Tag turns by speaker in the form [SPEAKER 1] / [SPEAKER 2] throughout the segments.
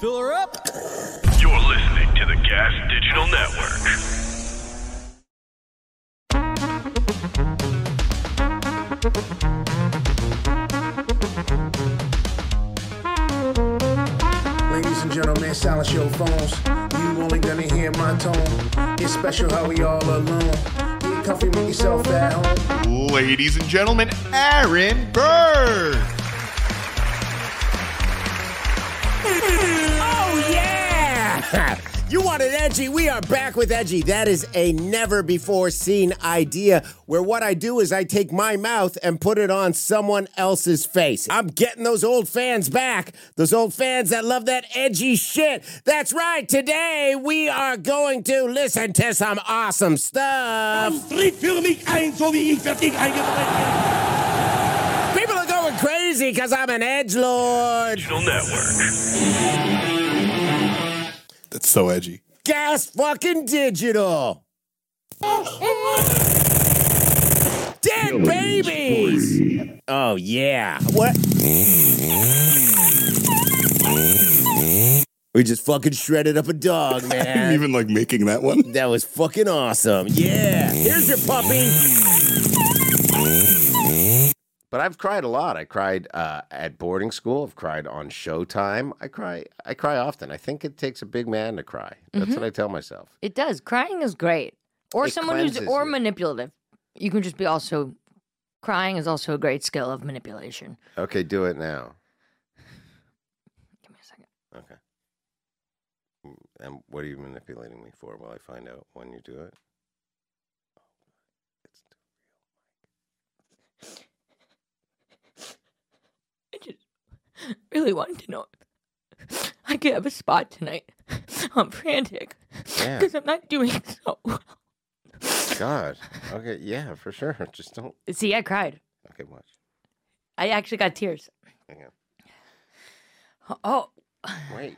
[SPEAKER 1] Fill her up.
[SPEAKER 2] You're listening to the Gas Digital Network.
[SPEAKER 3] Ladies and gentlemen, silence your phones. You only gonna hear my tone. It's special how we all alone. Get comfy, make yourself at home.
[SPEAKER 4] Ladies and gentlemen, Aaron Burr.
[SPEAKER 1] Oh yeah! You wanted edgy. We are back with edgy. That is a never before seen idea where what I do is I take my mouth and put it on someone else's face. I'm getting those old fans back. Those old fans that love that edgy shit. That's right. Today we are going to listen to some awesome stuff.
[SPEAKER 5] Trittförmig ein, so wie ich fertig eingebreitet
[SPEAKER 1] People are going crazy because I'm an edge lord.
[SPEAKER 2] Digital Network.
[SPEAKER 4] That's so edgy.
[SPEAKER 1] Gas fucking digital. Dead babies. Oh yeah. What? We just fucking shredded up a dog, man.
[SPEAKER 4] Even like making that one.
[SPEAKER 1] That was fucking awesome. Yeah. Here's your puppy.
[SPEAKER 6] But I've cried a lot. I cried uh, at boarding school. I've cried on Showtime. I cry. I cry often. I think it takes a big man to cry.
[SPEAKER 7] Mm-hmm.
[SPEAKER 6] That's what I tell myself.
[SPEAKER 7] It does. Crying is great. Or
[SPEAKER 6] It
[SPEAKER 7] someone who's
[SPEAKER 6] cleanses
[SPEAKER 7] or
[SPEAKER 6] you.
[SPEAKER 7] manipulative. You can just be also crying is also a great skill of manipulation.
[SPEAKER 6] Okay, do it now.
[SPEAKER 7] Give me a second.
[SPEAKER 6] Okay. Mm, And what are you manipulating me for? Will I find out when you do it?
[SPEAKER 7] I just really wanted to know if I could have a spot tonight. I'm frantic
[SPEAKER 6] Yeah.
[SPEAKER 7] because I'm not doing so well.
[SPEAKER 6] God. Okay. Yeah, for sure. Just don't.
[SPEAKER 7] See, I cried.
[SPEAKER 6] Okay, watch.
[SPEAKER 7] I actually got tears.
[SPEAKER 6] Hang on.
[SPEAKER 7] Oh,
[SPEAKER 6] Wait.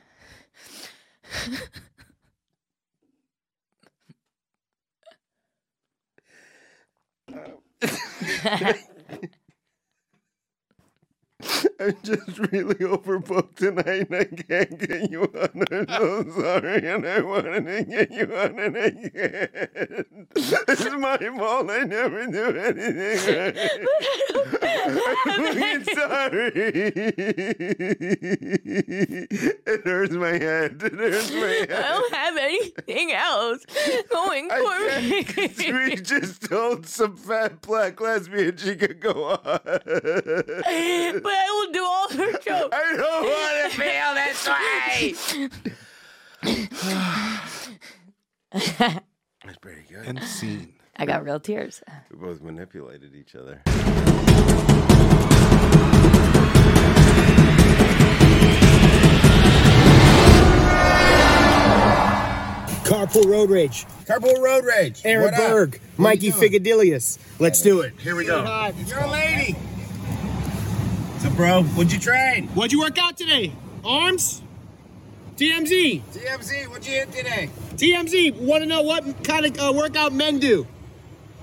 [SPEAKER 6] I'm just really overbooked tonight and I can't get you on. I'm so sorry and I wanted to get you on and I can't. This is my fault. I never do anything right. I'm sorry. It hurts my head. It hurts my
[SPEAKER 7] I
[SPEAKER 6] head.
[SPEAKER 7] don't have anything else going
[SPEAKER 6] I can't.
[SPEAKER 7] for
[SPEAKER 6] We
[SPEAKER 7] me.
[SPEAKER 6] just told some fat black lesbian she could go on.
[SPEAKER 7] but I will do all her jokes.
[SPEAKER 6] I don't want to feel this way. That's pretty good.
[SPEAKER 4] And scene.
[SPEAKER 7] I got real tears.
[SPEAKER 6] We both manipulated each other.
[SPEAKER 8] Carpool Road Rage.
[SPEAKER 3] Carpool Road Rage.
[SPEAKER 8] Aaron
[SPEAKER 3] What up?
[SPEAKER 8] Berg. Mikey Figadilius. Let's do it.
[SPEAKER 3] Here we go.
[SPEAKER 8] You're a lady.
[SPEAKER 3] So, bro, what'd you train?
[SPEAKER 8] What'd you work out today? Arms? TMZ.
[SPEAKER 3] TMZ, what'd you hit today?
[SPEAKER 8] TMZ. Want to know what kind of uh, workout men do?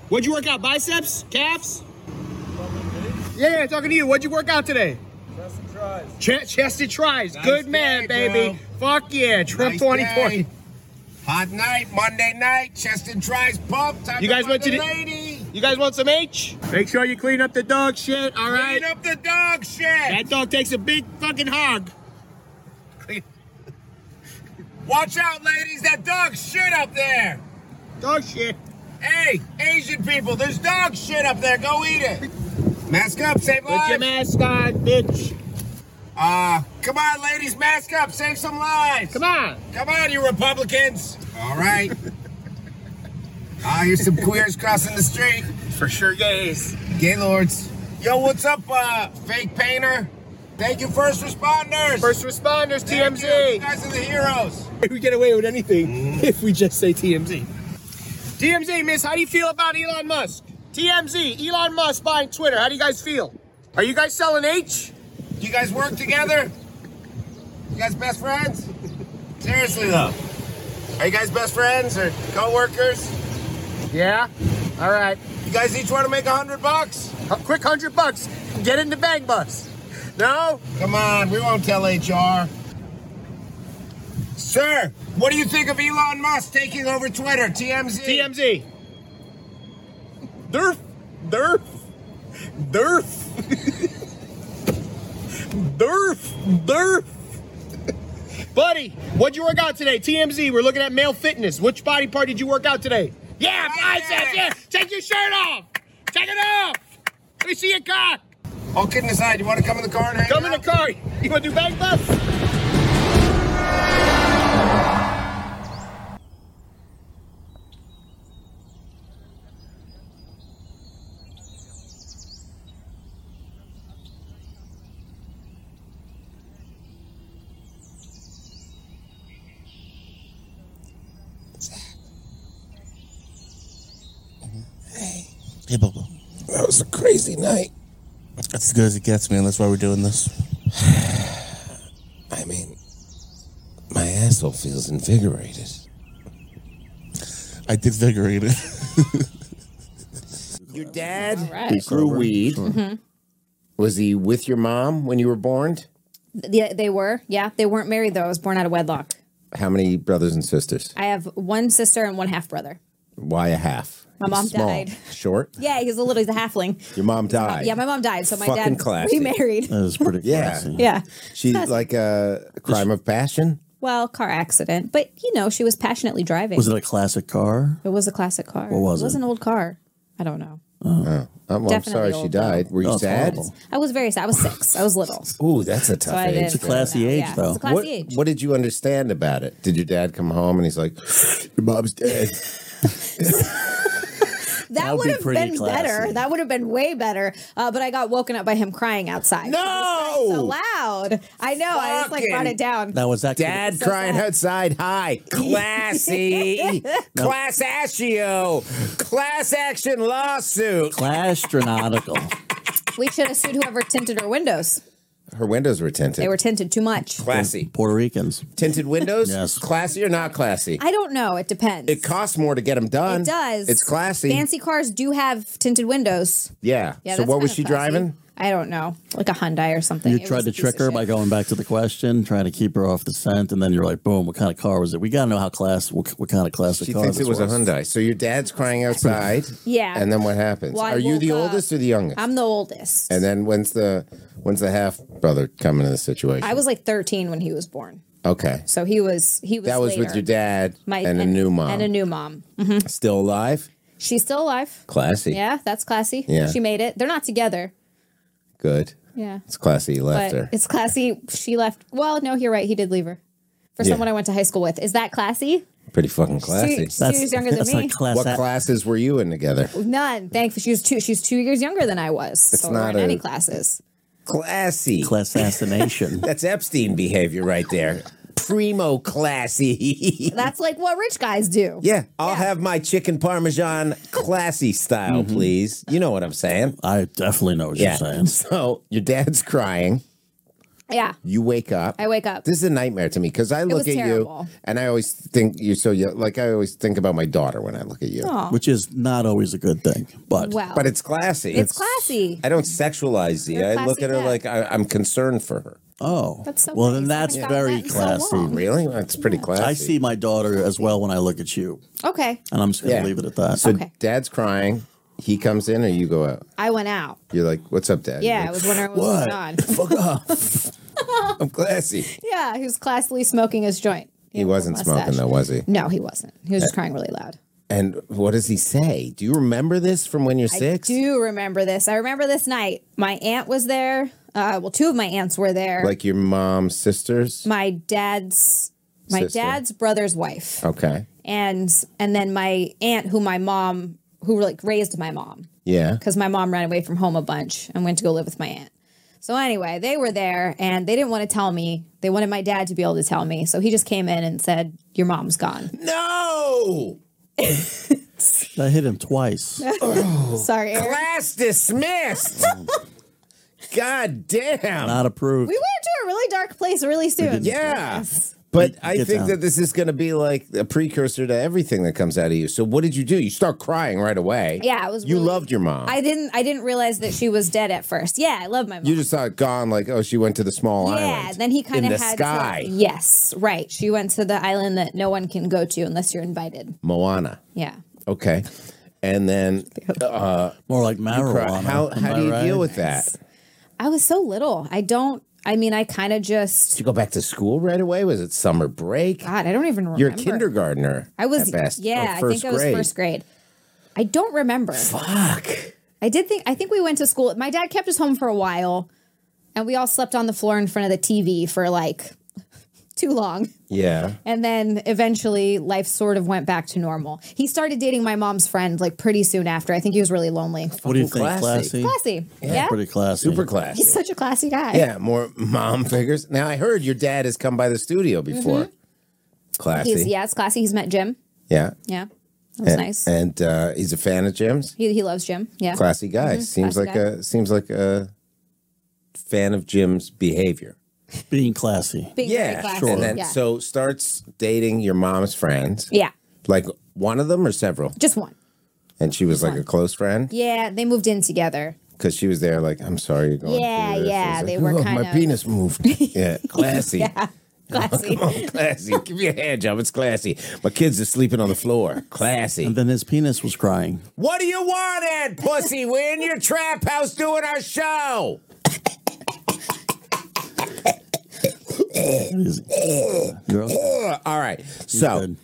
[SPEAKER 8] What'd you work out? Biceps? Calves? Yeah, yeah, talking to you. What'd you work out today? Chest and tries. chest and tries. Good man,
[SPEAKER 3] day,
[SPEAKER 8] baby. Fuck yeah. Trump
[SPEAKER 3] Nice
[SPEAKER 8] 2020.
[SPEAKER 3] day. Hot night, Monday night, chest and tries pump. Time
[SPEAKER 8] You
[SPEAKER 3] to
[SPEAKER 8] guys
[SPEAKER 3] find
[SPEAKER 8] went to
[SPEAKER 3] the
[SPEAKER 8] the-
[SPEAKER 3] lady.
[SPEAKER 8] You guys want some H? Make sure you clean up the dog shit, all right?
[SPEAKER 3] Clean up the dog shit.
[SPEAKER 8] That dog takes a big fucking hog.
[SPEAKER 3] Watch out, ladies. That dog shit up there.
[SPEAKER 8] Dog shit.
[SPEAKER 3] Hey, Asian people, there's dog shit up there. Go eat it. Mask up, save
[SPEAKER 8] Put your
[SPEAKER 3] lives.
[SPEAKER 8] mask on, bitch.
[SPEAKER 3] Uh, come on, ladies, mask up, save some lives.
[SPEAKER 8] Come on.
[SPEAKER 3] Come on, you Republicans. All right. Ah, here's some queers crossing the street.
[SPEAKER 8] For sure, gays.
[SPEAKER 3] Gaylords. Yo, what's up, uh, fake painter? Thank you, first responders.
[SPEAKER 8] First responders,
[SPEAKER 3] Thank You. you
[SPEAKER 8] TMZ.
[SPEAKER 3] guys are the heroes. Mm-hmm.
[SPEAKER 8] We get away with anything if we just say TMZ. TMZ, miss, how do you feel about Elon Musk? TMZ, Elon Musk buying Twitter. How do you guys feel? Are you guys selling H?
[SPEAKER 3] You guys work together. You guys best friends? Seriously though, are you guys best friends or co-workers?
[SPEAKER 8] Yeah? All right.
[SPEAKER 3] You guys each want to make a hundred bucks?
[SPEAKER 8] A quick hundred bucks. Get in the bang bus. No?
[SPEAKER 3] Come on, we won't tell HR. Sir, what do you think of Elon Musk taking over Twitter? TMZ.
[SPEAKER 8] TMZ. Derf. Derf. Derf. Derf. Derf. Buddy, what'd you work out today? TMZ, we're looking at male fitness. Which body part did you work out today? Yeah, biceps, yeah. Take your shirt off. Take it off. Let me see your cock.
[SPEAKER 3] All Oh, kidding aside, you want to come in the car and hang
[SPEAKER 8] Come in the
[SPEAKER 3] out?
[SPEAKER 8] car. You want to do bang bus?
[SPEAKER 9] Hey, Bobo.
[SPEAKER 3] That was a crazy night.
[SPEAKER 9] That's as good as it gets, man. That's why we're doing this.
[SPEAKER 3] I mean, my asshole feels invigorated.
[SPEAKER 9] I did vigorate it.
[SPEAKER 1] Your dad
[SPEAKER 10] Right.
[SPEAKER 1] grew weed.
[SPEAKER 9] Mm-hmm.
[SPEAKER 10] Mm-hmm.
[SPEAKER 1] Was he with your mom when you were born?
[SPEAKER 10] Yeah, they were. Yeah, they weren't married though. I was born out of wedlock.
[SPEAKER 1] How many brothers and sisters?
[SPEAKER 10] I have one sister and one half brother.
[SPEAKER 1] Why a half?
[SPEAKER 10] My mom
[SPEAKER 1] Small.
[SPEAKER 10] died.
[SPEAKER 1] Short.
[SPEAKER 10] Yeah, he's a little. He's a halfling.
[SPEAKER 1] Your mom died.
[SPEAKER 10] Yeah, my mom died, so my
[SPEAKER 1] Fucking
[SPEAKER 10] dad
[SPEAKER 1] classy.
[SPEAKER 10] remarried.
[SPEAKER 9] That was pretty
[SPEAKER 1] Yeah.
[SPEAKER 9] classy.
[SPEAKER 10] Yeah.
[SPEAKER 1] She like a crime of passion.
[SPEAKER 10] Well, car accident, but you know she was passionately driving.
[SPEAKER 9] Was it a classic car?
[SPEAKER 10] It was a classic car. What
[SPEAKER 9] was
[SPEAKER 10] it? was
[SPEAKER 9] it?
[SPEAKER 10] an old car. I don't know.
[SPEAKER 9] Oh.
[SPEAKER 1] Oh, I'm, I'm
[SPEAKER 10] Definitely
[SPEAKER 1] sorry she
[SPEAKER 10] old,
[SPEAKER 1] died. Were you
[SPEAKER 9] That's
[SPEAKER 1] sad?
[SPEAKER 9] horrible.
[SPEAKER 10] I was very sad. I was six. I was little. So
[SPEAKER 1] Ooh, that's a tough
[SPEAKER 10] I
[SPEAKER 1] age.
[SPEAKER 10] did.
[SPEAKER 9] a classy age,
[SPEAKER 10] yeah,
[SPEAKER 9] though.
[SPEAKER 10] It's a classy
[SPEAKER 1] What,
[SPEAKER 10] age.
[SPEAKER 1] what did you understand about it? Did your dad come home and he's like, "Your mom's dead"?
[SPEAKER 10] That
[SPEAKER 9] would
[SPEAKER 10] would
[SPEAKER 9] be
[SPEAKER 10] have
[SPEAKER 9] pretty
[SPEAKER 10] been
[SPEAKER 9] classy.
[SPEAKER 10] better. That would have been way better. Uh, but I got woken up by him crying outside.
[SPEAKER 1] No!
[SPEAKER 10] So it was crying so loud. I know. I just like brought it down.
[SPEAKER 9] Now was that
[SPEAKER 1] Dad crying outside. Hi, classy, class action, class action lawsuit.
[SPEAKER 9] astronautical?
[SPEAKER 10] We should have sued whoever tinted our windows.
[SPEAKER 1] Her windows were tinted.
[SPEAKER 10] They were tinted too much.
[SPEAKER 1] classy.
[SPEAKER 9] Puerto Ricans.
[SPEAKER 1] Tinted windows.
[SPEAKER 9] Yes.
[SPEAKER 1] Classy or not classy?
[SPEAKER 10] I don't know. It depends.
[SPEAKER 1] It costs more to get them done.
[SPEAKER 10] It does.
[SPEAKER 1] It's classy.
[SPEAKER 10] Fancy cars do have tinted windows.
[SPEAKER 1] Yeah.
[SPEAKER 10] Yeah,
[SPEAKER 1] so
[SPEAKER 10] that's
[SPEAKER 1] what was
[SPEAKER 10] kinda
[SPEAKER 1] she
[SPEAKER 10] classy.
[SPEAKER 1] driving?
[SPEAKER 10] I don't know, like a Hyundai or something.
[SPEAKER 9] You
[SPEAKER 10] It
[SPEAKER 9] tried
[SPEAKER 10] was
[SPEAKER 9] to
[SPEAKER 10] a piece
[SPEAKER 9] trick
[SPEAKER 10] of
[SPEAKER 9] her
[SPEAKER 10] shit.
[SPEAKER 9] by going back to the question, trying to keep her off the scent, and then you're like, boom, what kind of car was it? We got to know how class, what, what kind of classic
[SPEAKER 1] She
[SPEAKER 9] car
[SPEAKER 1] thinks it
[SPEAKER 9] this
[SPEAKER 1] was a Hyundai. So your dad's crying outside.
[SPEAKER 10] Yeah.
[SPEAKER 1] And then what happens?
[SPEAKER 10] Well, I
[SPEAKER 1] Are you the
[SPEAKER 10] woke up.
[SPEAKER 1] oldest or the youngest?
[SPEAKER 10] I'm the oldest.
[SPEAKER 1] and then when's the when's the half brother come into the situation?
[SPEAKER 10] I was like 13 when he was born,
[SPEAKER 1] okay.
[SPEAKER 10] so he was he was.
[SPEAKER 1] That was with
[SPEAKER 10] later.
[SPEAKER 1] your dad and, a new mom.
[SPEAKER 10] and a mm-hmm. new mom.
[SPEAKER 1] Still alive?
[SPEAKER 10] She's still alive.
[SPEAKER 1] Classy.
[SPEAKER 10] Yeah, that's classy.
[SPEAKER 1] Yeah.
[SPEAKER 10] she made it. They're not together.
[SPEAKER 1] Good.
[SPEAKER 10] Yeah,
[SPEAKER 1] It's classy. You left
[SPEAKER 10] but
[SPEAKER 1] her.
[SPEAKER 10] it's classy. She left. Well, no, you're right. He did leave her for
[SPEAKER 1] Yeah.
[SPEAKER 10] someone I went to high school with. Is that classy?
[SPEAKER 1] Pretty fucking
[SPEAKER 10] She,
[SPEAKER 1] classy.
[SPEAKER 10] she
[SPEAKER 9] That's,
[SPEAKER 10] was younger than
[SPEAKER 9] that's
[SPEAKER 10] me.
[SPEAKER 9] Not class
[SPEAKER 1] What
[SPEAKER 9] act-
[SPEAKER 1] classes were you in together?
[SPEAKER 10] None. Thankfully, she was two. She's two years younger than I was. so we
[SPEAKER 1] not
[SPEAKER 10] weren't
[SPEAKER 1] a-
[SPEAKER 10] any classes.
[SPEAKER 1] Classy.
[SPEAKER 9] Class assassination.
[SPEAKER 1] That's Epstein behavior right there. Primo classy.
[SPEAKER 10] That's like what rich guys do.
[SPEAKER 1] Yeah, I'll have my chicken parmesan classy style, please. You know what I'm saying?
[SPEAKER 9] Mm-hmm. I definitely know what
[SPEAKER 1] Yeah.
[SPEAKER 9] you're saying.
[SPEAKER 1] So your dad's crying.
[SPEAKER 10] Yeah.
[SPEAKER 1] You wake up.
[SPEAKER 10] I wake up.
[SPEAKER 1] This is a nightmare to me because I look
[SPEAKER 10] was
[SPEAKER 1] at
[SPEAKER 10] terrible.
[SPEAKER 1] you and I always think you're so young. Like I always think about my daughter when I look at you.
[SPEAKER 9] Which is not always a good thing, but
[SPEAKER 10] Well,
[SPEAKER 1] But it's classy.
[SPEAKER 10] it's classy.
[SPEAKER 1] I don't sexualize you.
[SPEAKER 10] You're a
[SPEAKER 1] I look
[SPEAKER 10] classy
[SPEAKER 1] at her
[SPEAKER 10] dad.
[SPEAKER 1] like I, I'm concerned for her.
[SPEAKER 9] oh,
[SPEAKER 10] That's so
[SPEAKER 9] well, then
[SPEAKER 10] nice. I
[SPEAKER 9] that's
[SPEAKER 10] haven't
[SPEAKER 9] very
[SPEAKER 10] gotten that in so
[SPEAKER 9] classy.
[SPEAKER 10] long.
[SPEAKER 1] Really? That's pretty classy.
[SPEAKER 9] I see my daughter as well when I look at you,
[SPEAKER 10] Okay.
[SPEAKER 9] and I'm just going to
[SPEAKER 1] Yeah.
[SPEAKER 9] leave it at that.
[SPEAKER 1] So
[SPEAKER 10] Okay.
[SPEAKER 1] dad's crying. He comes in, or you go out.
[SPEAKER 10] I went out.
[SPEAKER 1] You're like, "What's up, dad?"
[SPEAKER 10] Yeah,
[SPEAKER 1] You're
[SPEAKER 10] I
[SPEAKER 1] like,
[SPEAKER 10] was wondering what, was
[SPEAKER 9] what?
[SPEAKER 10] going on.
[SPEAKER 9] Fuck off.
[SPEAKER 1] I'm classy.
[SPEAKER 10] Yeah, he was classily smoking his joint.
[SPEAKER 1] He wasn't smoking though, was he?
[SPEAKER 10] No, he wasn't. He was just crying really loud.
[SPEAKER 1] And what does he say? Do you remember this from when you're six?
[SPEAKER 10] I do remember this. I remember this night. My aunt was there. Uh, well, two of my aunts were there.
[SPEAKER 1] Like your mom's sisters?
[SPEAKER 10] my dad's my
[SPEAKER 1] Sister.
[SPEAKER 10] dad's brother's wife,
[SPEAKER 1] Okay.
[SPEAKER 10] and and then my aunt, who my mom, who like raised my mom,
[SPEAKER 1] Yeah.
[SPEAKER 10] because my mom ran away from home a bunch and went to go live with my aunt. So anyway, they were there and they didn't want to tell me. They wanted my dad to be able to tell me. So he just came in and said, Your mom's gone.
[SPEAKER 1] No.
[SPEAKER 9] I hit him twice.
[SPEAKER 10] Sorry. Eric.
[SPEAKER 1] Class dismissed. God damn.
[SPEAKER 9] Not
[SPEAKER 10] We
[SPEAKER 9] approved.
[SPEAKER 10] went to a really dark place really soon.
[SPEAKER 1] Yeah. But I
[SPEAKER 9] Get
[SPEAKER 1] think
[SPEAKER 9] down.
[SPEAKER 1] that this is going to be like a precursor to everything that comes out of you. So what did you do? You start crying right away.
[SPEAKER 10] Yeah, it was
[SPEAKER 1] You
[SPEAKER 10] really-
[SPEAKER 1] loved your mom.
[SPEAKER 10] I didn't I didn't realize that she was dead at first. Yeah, I love my mom.
[SPEAKER 1] you just thought gone like oh she went to the small
[SPEAKER 10] yeah,
[SPEAKER 1] island.
[SPEAKER 10] then he kind
[SPEAKER 1] in
[SPEAKER 10] of
[SPEAKER 1] the
[SPEAKER 10] had
[SPEAKER 1] sky.
[SPEAKER 10] To, yes, right. She went to the island that no one can go to unless you're invited.
[SPEAKER 1] Moana.
[SPEAKER 10] Yeah.
[SPEAKER 1] Okay. And then uh
[SPEAKER 9] More like
[SPEAKER 1] you cry.
[SPEAKER 9] marijuana.
[SPEAKER 1] how
[SPEAKER 9] am
[SPEAKER 1] how
[SPEAKER 9] I
[SPEAKER 1] do you
[SPEAKER 9] right?
[SPEAKER 1] deal with that? Did
[SPEAKER 10] I was so little. I don't I mean, I kind of just
[SPEAKER 1] you go back to school right away? Was it summer break?
[SPEAKER 10] God, I don't even remember.
[SPEAKER 1] You're a kindergartner.
[SPEAKER 10] I was
[SPEAKER 1] at best, or
[SPEAKER 10] yeah,
[SPEAKER 9] Oh,
[SPEAKER 10] I
[SPEAKER 1] first
[SPEAKER 10] think I was
[SPEAKER 1] grade.
[SPEAKER 10] first grade. I don't remember.
[SPEAKER 1] Fuck.
[SPEAKER 10] I did think I think we went to school. My dad kept us home for a while and we all slept on the floor in front of the TV for like too long.
[SPEAKER 1] Yeah.
[SPEAKER 10] And then eventually life sort of went back to normal. He started dating my mom's friend like pretty soon after. I think he was really lonely.
[SPEAKER 9] What do you think? Classy.
[SPEAKER 1] Classy.
[SPEAKER 10] Classy. Yeah.
[SPEAKER 9] Pretty classy.
[SPEAKER 1] Super classy.
[SPEAKER 10] He's such a classy guy.
[SPEAKER 1] Yeah, more mom figures. Now I heard your dad has come by the studio before. Classy.
[SPEAKER 10] Mm-hmm. He's yeah, it's classy. He's met Jim.
[SPEAKER 1] Yeah.
[SPEAKER 10] Yeah. That was
[SPEAKER 1] and,
[SPEAKER 10] nice.
[SPEAKER 1] And uh, he's a fan of Jim's.
[SPEAKER 10] he, he loves Jim. Yeah. Mm-hmm.
[SPEAKER 1] Classy guy. Seems
[SPEAKER 10] Classy
[SPEAKER 1] like
[SPEAKER 10] guy.
[SPEAKER 1] a seems like a fan of Jim's behavior.
[SPEAKER 9] Being classy.
[SPEAKER 10] Being very
[SPEAKER 1] yeah,
[SPEAKER 10] classy.
[SPEAKER 1] And then
[SPEAKER 10] yeah.
[SPEAKER 1] so starts dating your mom's friends.
[SPEAKER 10] yeah.
[SPEAKER 1] Like one of them or several.
[SPEAKER 10] Just one.
[SPEAKER 1] And she was like a close friend
[SPEAKER 10] Yeah, they moved in together.
[SPEAKER 1] because she was there. Like, I'm sorry, you're going.
[SPEAKER 10] Yeah,
[SPEAKER 1] through this."
[SPEAKER 10] yeah,
[SPEAKER 1] He's like,
[SPEAKER 10] they were
[SPEAKER 1] "Oh,
[SPEAKER 10] kind
[SPEAKER 1] my
[SPEAKER 10] of-
[SPEAKER 1] penis moved. yeah, classy.
[SPEAKER 10] Classy.
[SPEAKER 1] Come on, classy. Give me a hand job. It's classy. My kids are sleeping on the floor. Classy.
[SPEAKER 9] Then his penis was crying.
[SPEAKER 1] What do you want, Ed Pussy? We're in your trap house doing our show. Eh.
[SPEAKER 9] Is- Girl,
[SPEAKER 1] Ugh, All right. So,
[SPEAKER 9] good.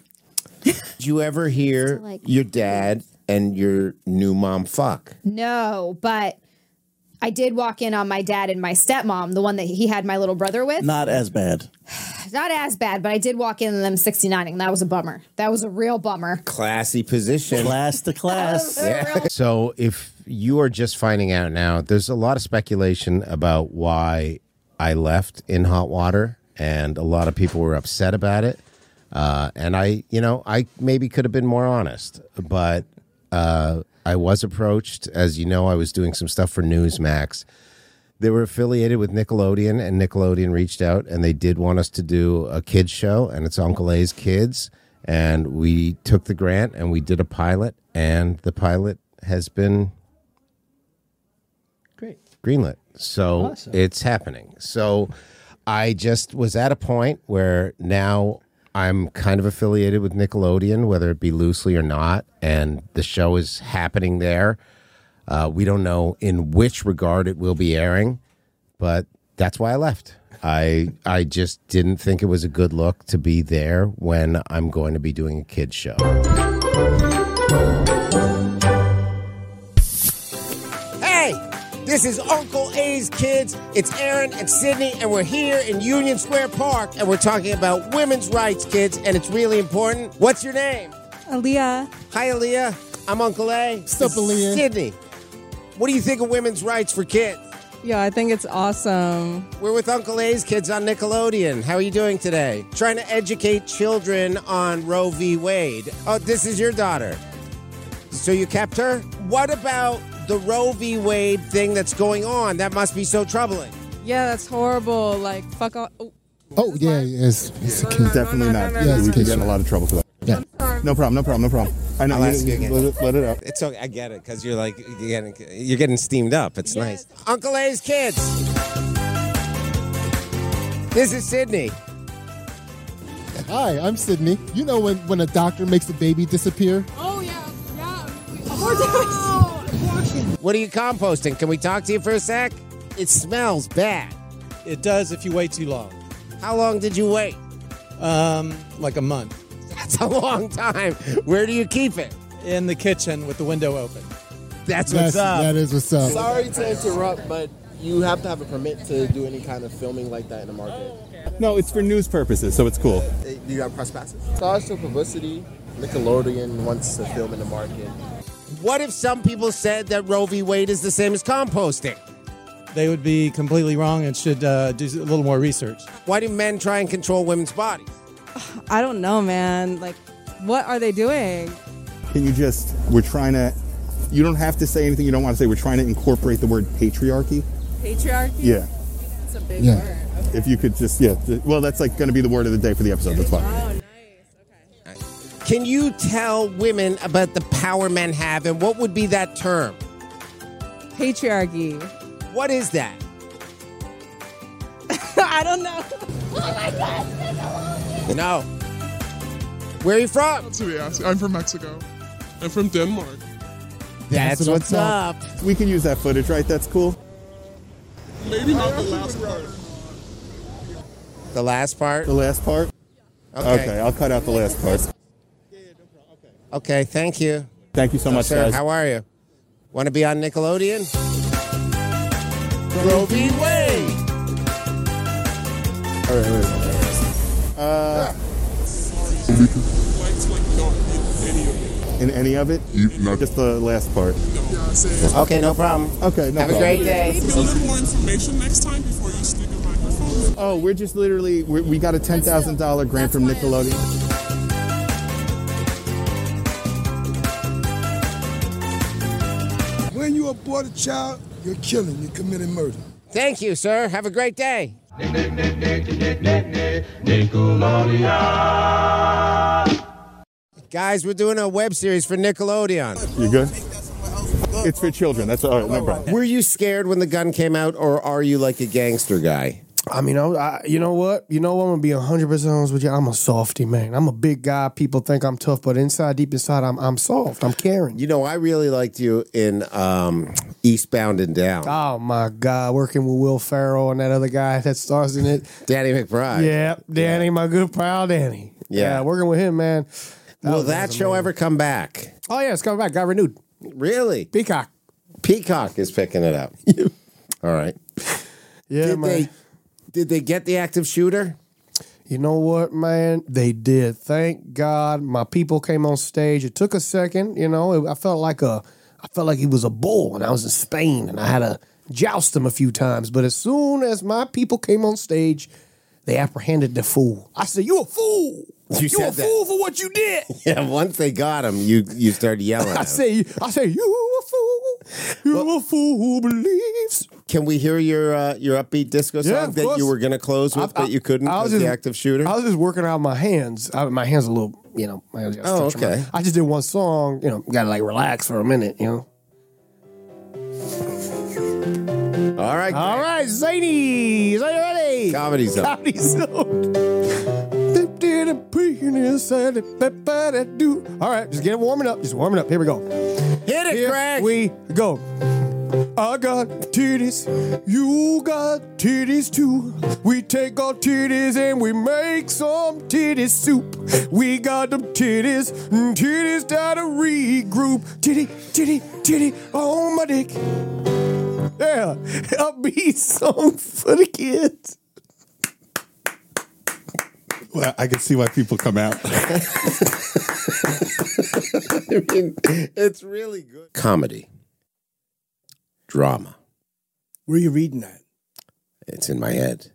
[SPEAKER 1] did you ever hear
[SPEAKER 10] like-
[SPEAKER 1] your dad and your new mom fuck?
[SPEAKER 10] No, but I did walk in on my dad and my stepmom, the one that he had my little brother with.
[SPEAKER 9] not as bad.
[SPEAKER 10] Not as bad, but I did walk in on them 69ing. That was a bummer. That was a real bummer.
[SPEAKER 1] Classy position.
[SPEAKER 9] Class to class.
[SPEAKER 11] So, if you are just finding out now, there's a lot of speculation about why I left in hot water, and a lot of people were upset about it. Uh, and I, you know, I maybe could have been more honest, but uh, I was approached. As you know, I was doing some stuff for Newsmax. They were affiliated with Nickelodeon, and Nickelodeon reached out and they did want us to do a kids show, and it's Uncle A's Kids. And we took the grant and we did a pilot, and the pilot has been
[SPEAKER 12] Great.
[SPEAKER 11] greenlit. So it's happening. So I just was at a point where now I'm kind of affiliated with Nickelodeon, whether it be loosely or not, and the show is happening there. Uh, we don't know in which regard it will be airing, but that's why I left. I I just didn't think it was a good look to be there when I'm going to be doing a kids show.
[SPEAKER 1] Hey, this is Uncle A's Kids. It's Aaron and Sydney, and we're here in Union Square Park, and we're talking about women's rights, kids, and it's really important. What's your name?
[SPEAKER 2] Aaliyah.
[SPEAKER 1] Hi, Aaliyah. I'm Uncle A. What's
[SPEAKER 2] up, Aaliyah?
[SPEAKER 1] Sydney. What do you think of women's rights for kids?
[SPEAKER 2] Yeah, I think it's awesome.
[SPEAKER 1] We're with Uncle A's Kids on Nickelodeon. How are you doing today? Trying to educate children on Roe v. Wade. Oh, this is your daughter. So you kept her? What about the Roe v. Wade thing that's going on? That must be so troubling.
[SPEAKER 2] Yeah, that's horrible. Like, fuck off. Oh,
[SPEAKER 3] Oh yeah, yes, it's
[SPEAKER 4] Definitely not.
[SPEAKER 3] no, no,
[SPEAKER 4] we
[SPEAKER 3] no,
[SPEAKER 4] can
[SPEAKER 3] no.
[SPEAKER 4] get in a lot of trouble for that.
[SPEAKER 3] Yeah.
[SPEAKER 4] No problem. No problem. No problem. I know.
[SPEAKER 1] I'll
[SPEAKER 4] let,
[SPEAKER 1] ask you
[SPEAKER 4] it,
[SPEAKER 1] again.
[SPEAKER 4] let it let it out.
[SPEAKER 1] It's okay. I get it because you're like you're getting, you're getting steamed up. It's nice. Uncle A's Kids. This is Sydney.
[SPEAKER 3] Hi, I'm Sydney. You know when when a doctor makes a baby disappear?
[SPEAKER 2] Oh, yeah. Yeah.
[SPEAKER 1] What are you composting? Can we talk to you for a sec? It smells bad.
[SPEAKER 13] It does if you wait too long.
[SPEAKER 1] How long did you wait?
[SPEAKER 13] Um, like a month.
[SPEAKER 1] That's a long time. Where do you keep it?
[SPEAKER 13] In the kitchen with the window open.
[SPEAKER 1] That's what's up.
[SPEAKER 3] That is what's up.
[SPEAKER 14] Sorry to interrupt, but you have to have a permit to do any kind of filming like that in the market.
[SPEAKER 4] No, it's for news purposes, so it's cool.
[SPEAKER 14] Do you have press passes? Stars for publicity. Nickelodeon wants to film in the market.
[SPEAKER 1] What if some people said that Roe v. Wade is the same as composting?
[SPEAKER 9] they would be completely wrong and should uh, do a little more research.
[SPEAKER 1] Why do men try and control women's bodies?
[SPEAKER 15] I don't know, man. Like, what are they doing?
[SPEAKER 4] Can you just, we're trying to, you don't have to say anything you don't want to say. We're trying to incorporate the word patriarchy.
[SPEAKER 15] Patriarchy?
[SPEAKER 4] Yeah.
[SPEAKER 15] It's a big
[SPEAKER 4] Yeah. If you could just, yeah. th- Well, that's like going to be the word of the day for the episode. That's fine.
[SPEAKER 1] Can you tell women about the power men have and what would be that term?
[SPEAKER 15] Patriarchy.
[SPEAKER 1] What is that?
[SPEAKER 15] I don't know.
[SPEAKER 16] Oh my gosh,
[SPEAKER 1] No. Where are you from?
[SPEAKER 2] To be asked. I'm from Mexico. I'm from Denmark.
[SPEAKER 1] That's, what's up.
[SPEAKER 4] We can use that footage, right? That's cool.
[SPEAKER 2] Maybe not the last part.
[SPEAKER 1] The last part?
[SPEAKER 4] The last part?
[SPEAKER 1] Okay.
[SPEAKER 4] okay I'll cut out the last part.
[SPEAKER 1] Okay, thank you.
[SPEAKER 4] Thank you so much,
[SPEAKER 1] sir.
[SPEAKER 4] guys.
[SPEAKER 1] How are you? Want to be on Nickelodeon? Grovey Way.
[SPEAKER 4] All right, all right. Uh,
[SPEAKER 2] White's like not in any of it.
[SPEAKER 4] in any of it? Just the last part.
[SPEAKER 2] Yeah, I say.
[SPEAKER 1] Okay, no problem.
[SPEAKER 4] Okay, no
[SPEAKER 2] Have
[SPEAKER 4] problem.
[SPEAKER 2] a great day. more information next time before you stick a microphone.
[SPEAKER 4] Oh, we're just literally, we we got a $10,000 grant from Nickelodeon.
[SPEAKER 17] When you abort a child, you're killing, you're committing murder.
[SPEAKER 1] Thank you, sir. Have a great day. Guys, we're doing a web series for Nickelodeon.
[SPEAKER 4] You good? It's for children. That's all right. No problem.
[SPEAKER 1] Were you scared when the gun came out, or are you like a gangster guy?
[SPEAKER 8] I mean, I, I, you know what? You know, I'm gonna be 100 percent honest with you. I'm a softy, man. I'm a big guy. People think I'm tough, but inside, deep inside, I'm I'm soft. I'm caring.
[SPEAKER 1] You know, I really liked you in um, Eastbound and Down.
[SPEAKER 8] Oh my God, working with Will Farrell and that other guy that stars in it,
[SPEAKER 1] Danny McBride.
[SPEAKER 8] Yeah, Danny, my good pal, Danny.
[SPEAKER 1] Yeah.
[SPEAKER 8] working with him, man.
[SPEAKER 1] Will
[SPEAKER 8] was-
[SPEAKER 1] that
[SPEAKER 8] was
[SPEAKER 1] show
[SPEAKER 8] amazing.
[SPEAKER 1] ever come back?
[SPEAKER 8] Oh yeah, it's coming back. Got renewed.
[SPEAKER 1] Really?
[SPEAKER 8] Peacock.
[SPEAKER 1] Peacock is picking it up. All right.
[SPEAKER 8] Yeah,
[SPEAKER 1] did
[SPEAKER 8] man.
[SPEAKER 1] They, did they get the active shooter?
[SPEAKER 8] You know what, man? They did. Thank God, my people came on stage. It took a second. You know, it, I felt like a, I felt like he was a bull, and I was in Spain, and I had to joust him a few times. But as soon as my people came on stage, they apprehended the fool. I said, "You a fool?
[SPEAKER 1] You
[SPEAKER 8] a
[SPEAKER 1] said that.
[SPEAKER 8] fool for what you did."
[SPEAKER 1] Yeah, once they got him, you you started yelling. at
[SPEAKER 8] I
[SPEAKER 1] 'em.
[SPEAKER 8] say, I say, you a fool. You a fool who believes.
[SPEAKER 1] Can we hear your uh, your upbeat disco
[SPEAKER 8] Yeah,
[SPEAKER 1] song
[SPEAKER 8] of
[SPEAKER 1] that
[SPEAKER 8] course.
[SPEAKER 1] you were going to close with, but you couldn't?
[SPEAKER 8] I was
[SPEAKER 1] as the
[SPEAKER 8] just-
[SPEAKER 1] active shooter.
[SPEAKER 8] I was just working out my hands. I, my hands a little, you know. My, I
[SPEAKER 1] Oh,
[SPEAKER 8] stretch 'em out.
[SPEAKER 1] okay.
[SPEAKER 8] I just did one song. You know, got to like relax for a minute. You know.
[SPEAKER 1] All right.
[SPEAKER 8] All right, Zanies, are you ready?
[SPEAKER 1] Comedy Zone.
[SPEAKER 8] Comedy Zone. Dip, did a penis and it bet, bet it do. All right, just get it warming up. Just warming up. Here we go.
[SPEAKER 1] Hit it,
[SPEAKER 8] Here
[SPEAKER 1] Craig.
[SPEAKER 8] we go. I got titties, you got titties too. We take our titties and we make some titty soup. We got them titties, mm, titties that to regroup. Titty, titty, titty on my dick. Yeah, upbeat song for the kids.
[SPEAKER 4] Well, I can see why people come out.
[SPEAKER 1] I mean, it's really good. Comedy, drama.
[SPEAKER 8] Where are you reading that?
[SPEAKER 1] It's in my head.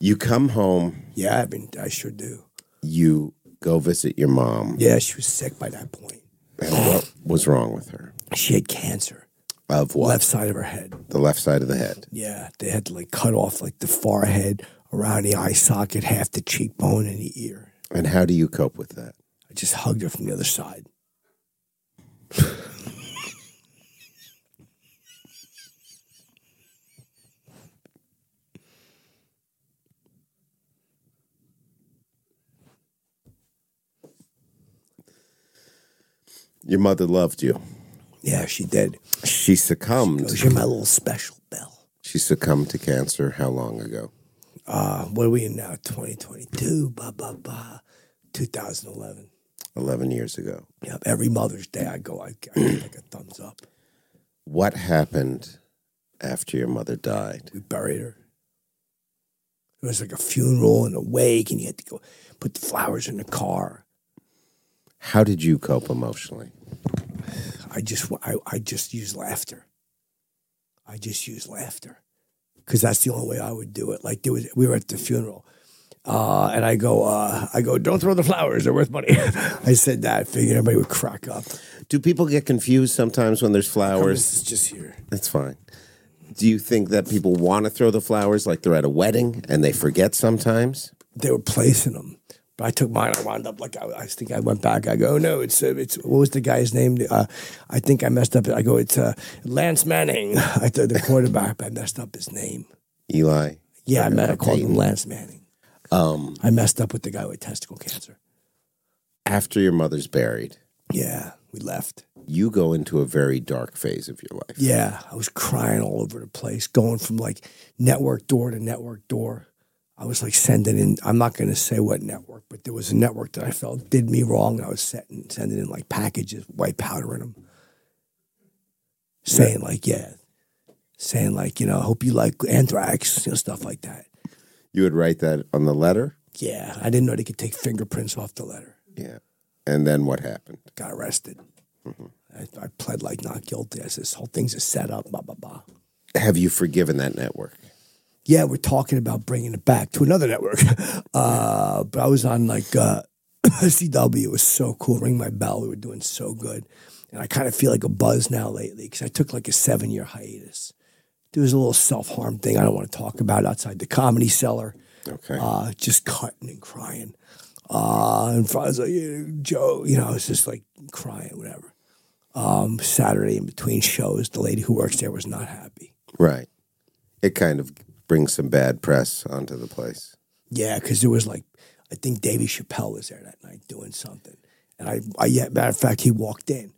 [SPEAKER 1] You come home.
[SPEAKER 18] Yeah, I've been. I sure do.
[SPEAKER 1] You go visit your mom.
[SPEAKER 18] Yeah, she was sick by that point.
[SPEAKER 1] And what was wrong with her?
[SPEAKER 18] She had cancer.
[SPEAKER 1] Of what?
[SPEAKER 18] Left side of her head.
[SPEAKER 1] The left side of the head.
[SPEAKER 18] Yeah, they had to like cut off like the forehead, around the eye socket, half the cheekbone, and the ear.
[SPEAKER 1] And how do you cope with that?
[SPEAKER 18] I just hugged her from the other side.
[SPEAKER 1] Your mother loved you.
[SPEAKER 18] Yeah, she did.
[SPEAKER 1] She succumbmed.
[SPEAKER 18] She my little special.
[SPEAKER 1] She succumbed to cancer how long ago?
[SPEAKER 18] Uh, what are we in now? 2022, blah, blah, blah. 2011.
[SPEAKER 1] 11 years ago.
[SPEAKER 18] Yep. Every Mother's Day, I go, I, I give like a thumbs up.
[SPEAKER 1] What happened after your mother died?
[SPEAKER 18] We buried her. It was like a funeral and a wake, and you had to go put the flowers in the car.
[SPEAKER 1] How did you cope emotionally?
[SPEAKER 18] I just I, I just use laughter. I just use laughter because that's the only way I would do it. Like there was, we were at the funeral, uh, and I go uh, I go don't throw the flowers; they're worth money. I said that, figured everybody would crack up.
[SPEAKER 1] Do people get confused sometimes when there's
[SPEAKER 18] This
[SPEAKER 1] flowers?
[SPEAKER 18] is just here.
[SPEAKER 1] That's fine. Do you think that people want to throw the flowers like they're at a wedding and they forget sometimes?
[SPEAKER 18] They were placing them. But I took mine. I wound up like I, I think I went back. I go, oh, no, it's uh, it's what was the guy's name? Uh, I think I messed up. I go, it's uh, Lance Manning. I thought the quarterback. but I messed up his name.
[SPEAKER 1] Eli.
[SPEAKER 18] Yeah, I, met, I called him Lance Manning.
[SPEAKER 1] Um,
[SPEAKER 18] I messed up with the guy with testicle cancer.
[SPEAKER 1] After your mother's buried,
[SPEAKER 18] Yeah, we left.
[SPEAKER 1] you go into a very dark phase of your life.
[SPEAKER 18] Yeah, I was crying all over the place, going from like network door to network door. I was like sending in. I'm not going to say what network, but there was a network that I felt did me wrong. I was sending sending in like packages, white powder in them, saying like, yeah, saying like, you know, I hope you like anthrax, you know, stuff like that.
[SPEAKER 1] You would write that on the letter,
[SPEAKER 18] Yeah, I didn't know they could take fingerprints off the letter.
[SPEAKER 1] and then what happened?
[SPEAKER 18] Got arrested. I, I pled like not guilty. I said this whole thing's a setup. Blah blah blah.
[SPEAKER 1] Have you forgiven that network?
[SPEAKER 18] yeah, we're talking about bringing it back to another network. Uh, but I was on like uh, CW. It was so cool. Ring my bell. We were doing so good, and I kind of feel like a buzz now lately because I took like a seven year hiatus. There was a little self harm thing I don't want to talk about outside the comedy cellar.
[SPEAKER 1] Okay.
[SPEAKER 18] Uh, just cutting and crying. Uh, and I was like, yeah, Joe, you know, I was just like crying, whatever. Um, Saturday in between shows, the lady who works there was not happy.
[SPEAKER 1] Right. It kind of brings some bad press onto the place.
[SPEAKER 18] Yeah, because it was like I think Davy Chappelle was there that night doing something, and I, I yeah, matter of fact, he walked in,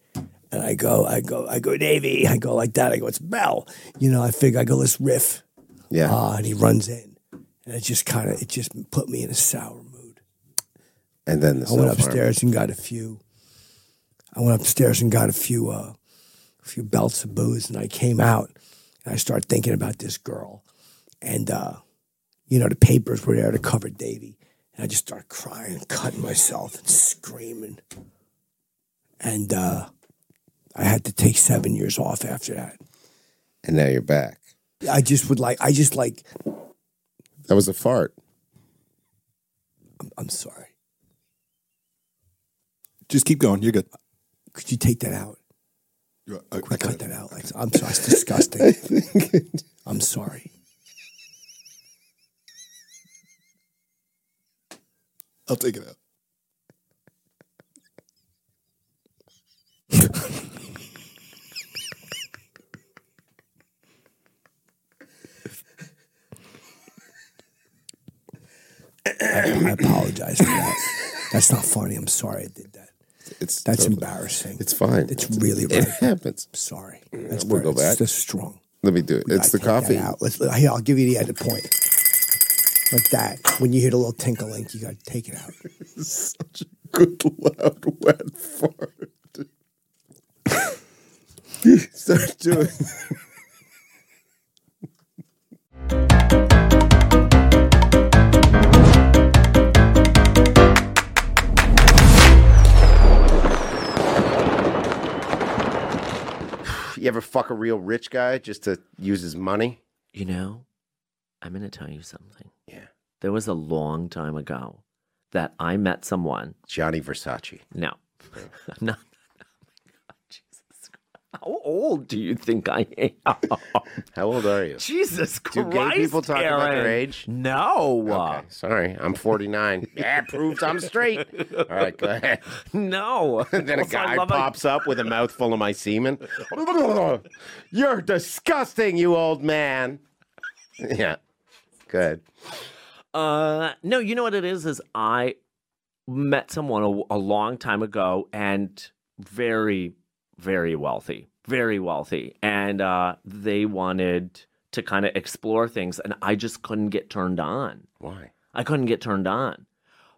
[SPEAKER 18] and I go, I go, I go, Davy, I go like that, I go, it's Bell, you know, I figure, I go, let's riff,
[SPEAKER 1] Yeah.
[SPEAKER 18] uh, and he runs in, and it just kind of, it just put me in a sour mood.
[SPEAKER 1] And then the
[SPEAKER 18] I went
[SPEAKER 1] self-harm.
[SPEAKER 18] upstairs and got a few, I went upstairs and got a few, uh, a few belts of booze, and I came out, and I started thinking about this girl, and uh, you know, the papers were there to cover Davy. And I just started crying and cutting myself and screaming. And uh, I had to take seven years off after that.
[SPEAKER 1] And now you're back.
[SPEAKER 18] I just would like, I just like,
[SPEAKER 1] That was a fart.
[SPEAKER 18] I'm, I'm sorry. Just keep going. You're good. Could you take that out? I cut, that out. Like, I'm sorry. It's disgusting. I'm sorry. I'll take it out. I, I apologize for that. That's not funny. I'm sorry I did that.
[SPEAKER 1] It's
[SPEAKER 18] that's
[SPEAKER 1] totally-
[SPEAKER 18] embarrassing.
[SPEAKER 1] It's fine.
[SPEAKER 18] It's really
[SPEAKER 1] it
[SPEAKER 18] right.
[SPEAKER 1] happens.
[SPEAKER 18] I'm sorry.
[SPEAKER 1] That's
[SPEAKER 18] That's
[SPEAKER 1] we'll
[SPEAKER 18] very-
[SPEAKER 1] go back.
[SPEAKER 18] It's just strong.
[SPEAKER 1] Let me do it.
[SPEAKER 18] We gotta
[SPEAKER 1] it's the
[SPEAKER 18] take that
[SPEAKER 1] coffee.
[SPEAKER 18] out. Let's, here, I'll give you the edit point. Like that. When you hear the little tinkle link, you got to take it out. Such a good loud wet fart.
[SPEAKER 1] Start doing. You ever fuck a real rich guy just to use his money?
[SPEAKER 19] You know, I'm going to tell you something. Yeah. There was a long time ago that I met someone.
[SPEAKER 1] Johnny Versace.
[SPEAKER 19] No. I'm not. Oh, How old do you think I am?
[SPEAKER 1] How old are you?
[SPEAKER 19] Jesus
[SPEAKER 1] Do
[SPEAKER 19] Christ.
[SPEAKER 1] gay people talk about their
[SPEAKER 19] Aaron.
[SPEAKER 1] age?
[SPEAKER 19] No.
[SPEAKER 1] Okay, sorry, I'm 49. yeah, proves I'm straight. All right, go ahead.
[SPEAKER 19] No.
[SPEAKER 1] then a
[SPEAKER 19] Also, I
[SPEAKER 1] guy
[SPEAKER 19] love how-
[SPEAKER 1] pops up with a mouthful of my semen. You're disgusting, you old man. Yeah, good.
[SPEAKER 19] Uh, no, you know what it is? Is I met someone a, a long time ago and very, very wealthy, very wealthy, and uh, they wanted to kind of explore things, and I just couldn't get turned on.
[SPEAKER 1] Why?
[SPEAKER 19] I couldn't get turned on.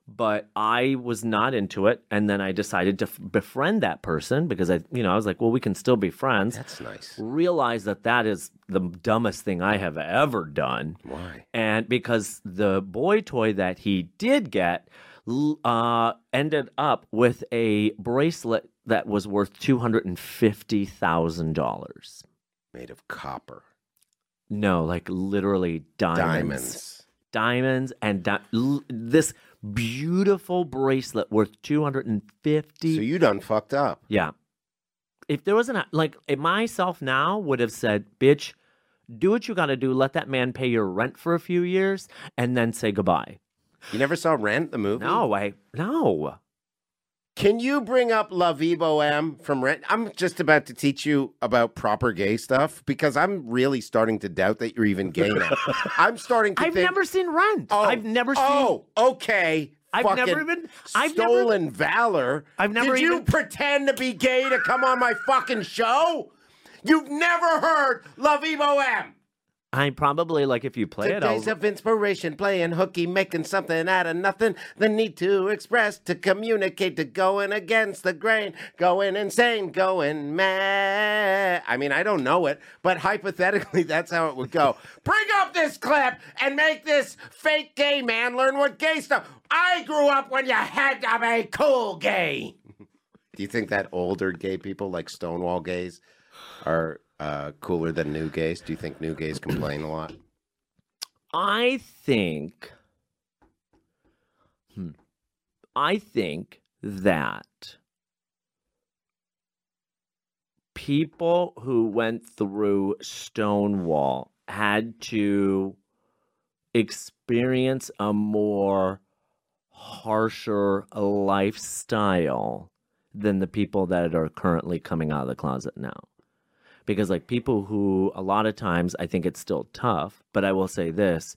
[SPEAKER 19] but I was not into it. And then I decided to f- befriend that person because I, you know, I was like, well, we can still be friends. That's
[SPEAKER 1] nice.
[SPEAKER 19] Realize that that is the dumbest thing I have ever done.
[SPEAKER 1] Why?
[SPEAKER 19] And because the boy toy that he did get l- uh, ended up with a bracelet that was worth $250,000.
[SPEAKER 1] Made of copper.
[SPEAKER 19] No, like literally diamonds. Diamonds. Diamonds and di- l- this beautiful bracelet worth 250. So
[SPEAKER 1] you done fucked up.
[SPEAKER 19] Yeah. If there wasn't a, like if myself now would have said, "Bitch, do what you got to do, let that man pay your rent for a few years and then say goodbye."
[SPEAKER 1] You never saw Rent the movie?
[SPEAKER 19] No, I no.
[SPEAKER 1] Can you bring up La Vie Boheme from Rent? I'm just about to teach you about proper gay stuff because I'm really starting to doubt that you're even gay now. I'm starting to
[SPEAKER 19] I've
[SPEAKER 1] think,
[SPEAKER 19] never seen Rent. I've never seen
[SPEAKER 1] Oh, okay.
[SPEAKER 19] I've never
[SPEAKER 1] fucking
[SPEAKER 19] even- I've never-
[SPEAKER 1] stolen valor.
[SPEAKER 19] I've never
[SPEAKER 1] Did you
[SPEAKER 19] even-
[SPEAKER 1] pretend to be gay to come on my fucking show? You've never heard La Vie Boheme.
[SPEAKER 19] I probably like if you play it
[SPEAKER 1] Days
[SPEAKER 19] I'll,
[SPEAKER 1] of inspiration, playing hooky, making something out of nothing. The need to express, to communicate, to going against the grain, going insane, going mad. I mean, I don't know it, but hypothetically, that's how it would go. Bring up this clip and make this fake gay man learn what gay stuff. I grew up when you had to be cool gay. Do you think that older gay people, like Stonewall gays, are uh, cooler than new gays? Do you think new gays complain a lot?
[SPEAKER 19] I think hmm, I think that people who went through Stonewall had to experience a more harsher lifestyle than the people that are currently coming out of the closet now because like people who a lot of times I think it's still tough, but I will say this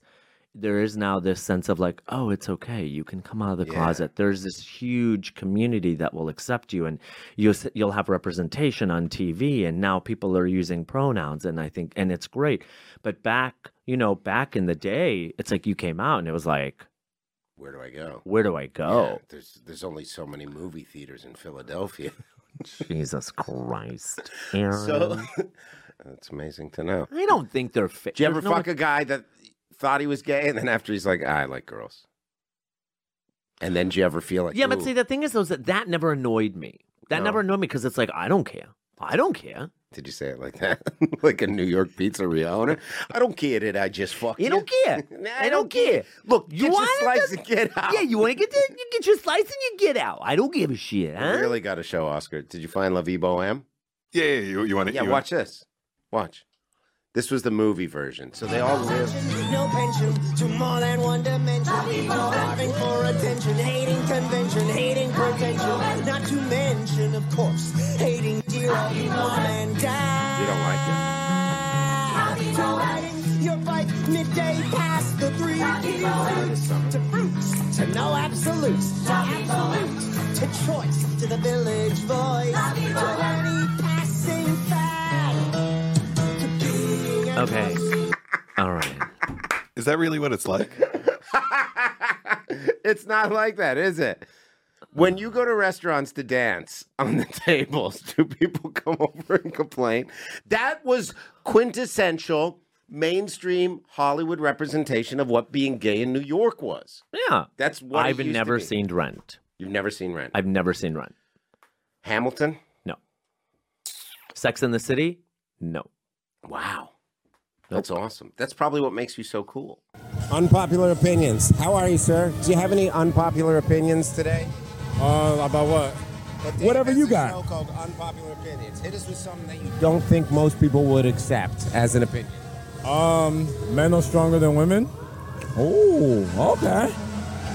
[SPEAKER 19] there is now this sense of like oh it's okay you can come out of the
[SPEAKER 1] Yeah.
[SPEAKER 19] closet there's this huge community that will accept you and you'll s- you'll have representation on TV and now people are using pronouns and I think and it's great but back you know back in the day it's like you came out and it was like
[SPEAKER 1] Where do I go?
[SPEAKER 19] where do I
[SPEAKER 1] Yeah,
[SPEAKER 19] go
[SPEAKER 1] there's there's only so many movie theaters in Philadelphia.
[SPEAKER 19] Jesus Christ
[SPEAKER 1] so
[SPEAKER 19] Aaron.
[SPEAKER 1] it's amazing to know.
[SPEAKER 19] I don't think they're
[SPEAKER 1] Do
[SPEAKER 19] fit
[SPEAKER 1] you ever fuck a guy that thought he was gay and then after he's like, "Ah, I like girls? And then do you ever feel like
[SPEAKER 19] yeah, but
[SPEAKER 1] "Ooh, Oh.
[SPEAKER 19] see, the thing is, though, is that that never annoyed me. That
[SPEAKER 1] No.
[SPEAKER 19] never annoyed me because it's like I don't care. I don't care.
[SPEAKER 1] did you say it like that? like a New York pizzeria owner? I don't care that I just fucked you.
[SPEAKER 19] You don't care. I don't care.
[SPEAKER 1] Look,
[SPEAKER 19] you
[SPEAKER 1] get your
[SPEAKER 19] want
[SPEAKER 1] slice and get out.
[SPEAKER 19] Yeah, you want to get the, you get your slice and you get out. I don't give a shit.
[SPEAKER 1] I
[SPEAKER 19] Huh?
[SPEAKER 1] really got to show Oscar. Did you find La Vie Boheme?
[SPEAKER 20] Yeah, yeah, you, you want to?
[SPEAKER 1] Yeah, watch this. Watch. This was the movie version. So they all live.
[SPEAKER 16] No pension to more than one dimension. Starving for attention, hating convention, hating potential. Not to mention, of course, hating dear old mom and dad.
[SPEAKER 1] You don't like it.
[SPEAKER 16] To riding your bike midday past the three key routes. To fruits, to no absolutes, to absolutes, to choice, to the village voice, to any passing fact. To being a
[SPEAKER 19] Okay. All right.
[SPEAKER 20] Is that really what it's like?
[SPEAKER 1] It's not like that, is it? When you go to restaurants to dance on the tables, do people come over and complain? That was quintessential mainstream Hollywood representation of what being gay in New York was.
[SPEAKER 19] Yeah.
[SPEAKER 1] That's what it
[SPEAKER 19] I've
[SPEAKER 1] used to
[SPEAKER 19] never
[SPEAKER 1] be.
[SPEAKER 19] seen Rent.
[SPEAKER 1] You've never seen Rent.
[SPEAKER 19] I've never seen Rent.
[SPEAKER 1] Hamilton?
[SPEAKER 19] No. Sex in the City? No.
[SPEAKER 1] Wow. That's awesome. That's probably what makes you so cool.
[SPEAKER 9] Unpopular opinions. How are you, sir? Do you have any unpopular opinions today?
[SPEAKER 3] Um,
[SPEAKER 9] Uh, about what?
[SPEAKER 18] Whatever you got.
[SPEAKER 9] Called unpopular opinions. Hit us with something that you Don't think most people would accept as an opinion.
[SPEAKER 11] Um, men are stronger than women. Oh, okay.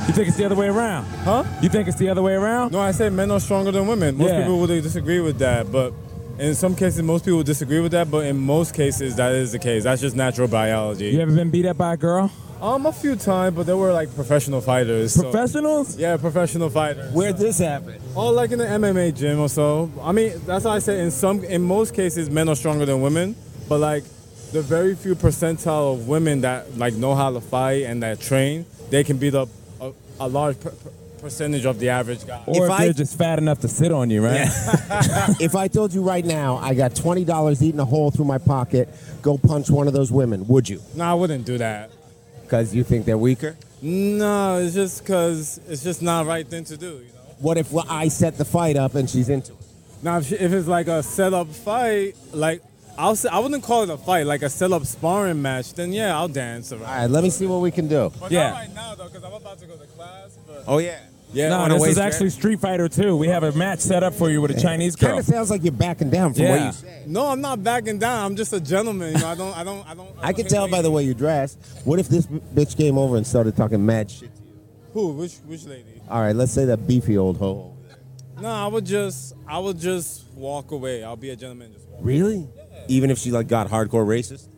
[SPEAKER 11] You think it's the other way around, huh? You think it's the other way around? No, I say men are stronger than women. Most
[SPEAKER 5] Yeah.
[SPEAKER 11] people would disagree with that, but in some cases, most people disagree with that. But in most cases, that is the case. That's just natural biology.
[SPEAKER 5] You ever been beat up by a girl?
[SPEAKER 11] Um, a few times, but they were like professional fighters. so-
[SPEAKER 5] Professionals?
[SPEAKER 11] Yeah, professional fighters. Where'd this happen? Oh, like in the MMA gym or so. I mean, that's why I say in some, in most cases, men are stronger than women. But like, the very few percentile of women that like know how to fight and that train, they can beat up a, a large per- per- percentage of the average guy.
[SPEAKER 21] Or If if I- they're
[SPEAKER 11] just fat enough to sit on you, right?
[SPEAKER 3] if I told you right now I got twenty dollars eating a hole through my pocket, go punch one of those women, would you?
[SPEAKER 11] no, I wouldn't do that.
[SPEAKER 3] Because you think they're weaker.
[SPEAKER 11] No, it's just because it's just not right thing to do. You know?
[SPEAKER 3] What if I set the fight up and she's into it?
[SPEAKER 11] Now, if, she- if it's like a set-up fight, like I'll say, I wouldn't call it a fight, like a set-up sparring match, then yeah, I'll dance around.
[SPEAKER 3] All right, let me see what we can do.
[SPEAKER 11] yeah.
[SPEAKER 3] Oh yeah.
[SPEAKER 2] Yeah,
[SPEAKER 11] No,
[SPEAKER 2] no,
[SPEAKER 11] this
[SPEAKER 2] this
[SPEAKER 11] is
[SPEAKER 2] is
[SPEAKER 11] actually
[SPEAKER 2] actually Street Fighter 2. We have a match set up for you with a Chinese girl.
[SPEAKER 3] Kind of sounds like you're backing down from what you said.
[SPEAKER 11] No, I'm not backing down. I'm just a gentleman. You know, I don't, I don't, I don't.
[SPEAKER 3] I can tell by the way you dressed. What if this b- bitch came over and started talking mad shit? to you?
[SPEAKER 11] Who? Which, which lady?
[SPEAKER 3] All right, let's say that beefy old hoe.
[SPEAKER 11] No, I would just, I would just walk away. I'll be a gentleman. Just walk.
[SPEAKER 3] Really? Even if she like got hardcore racist.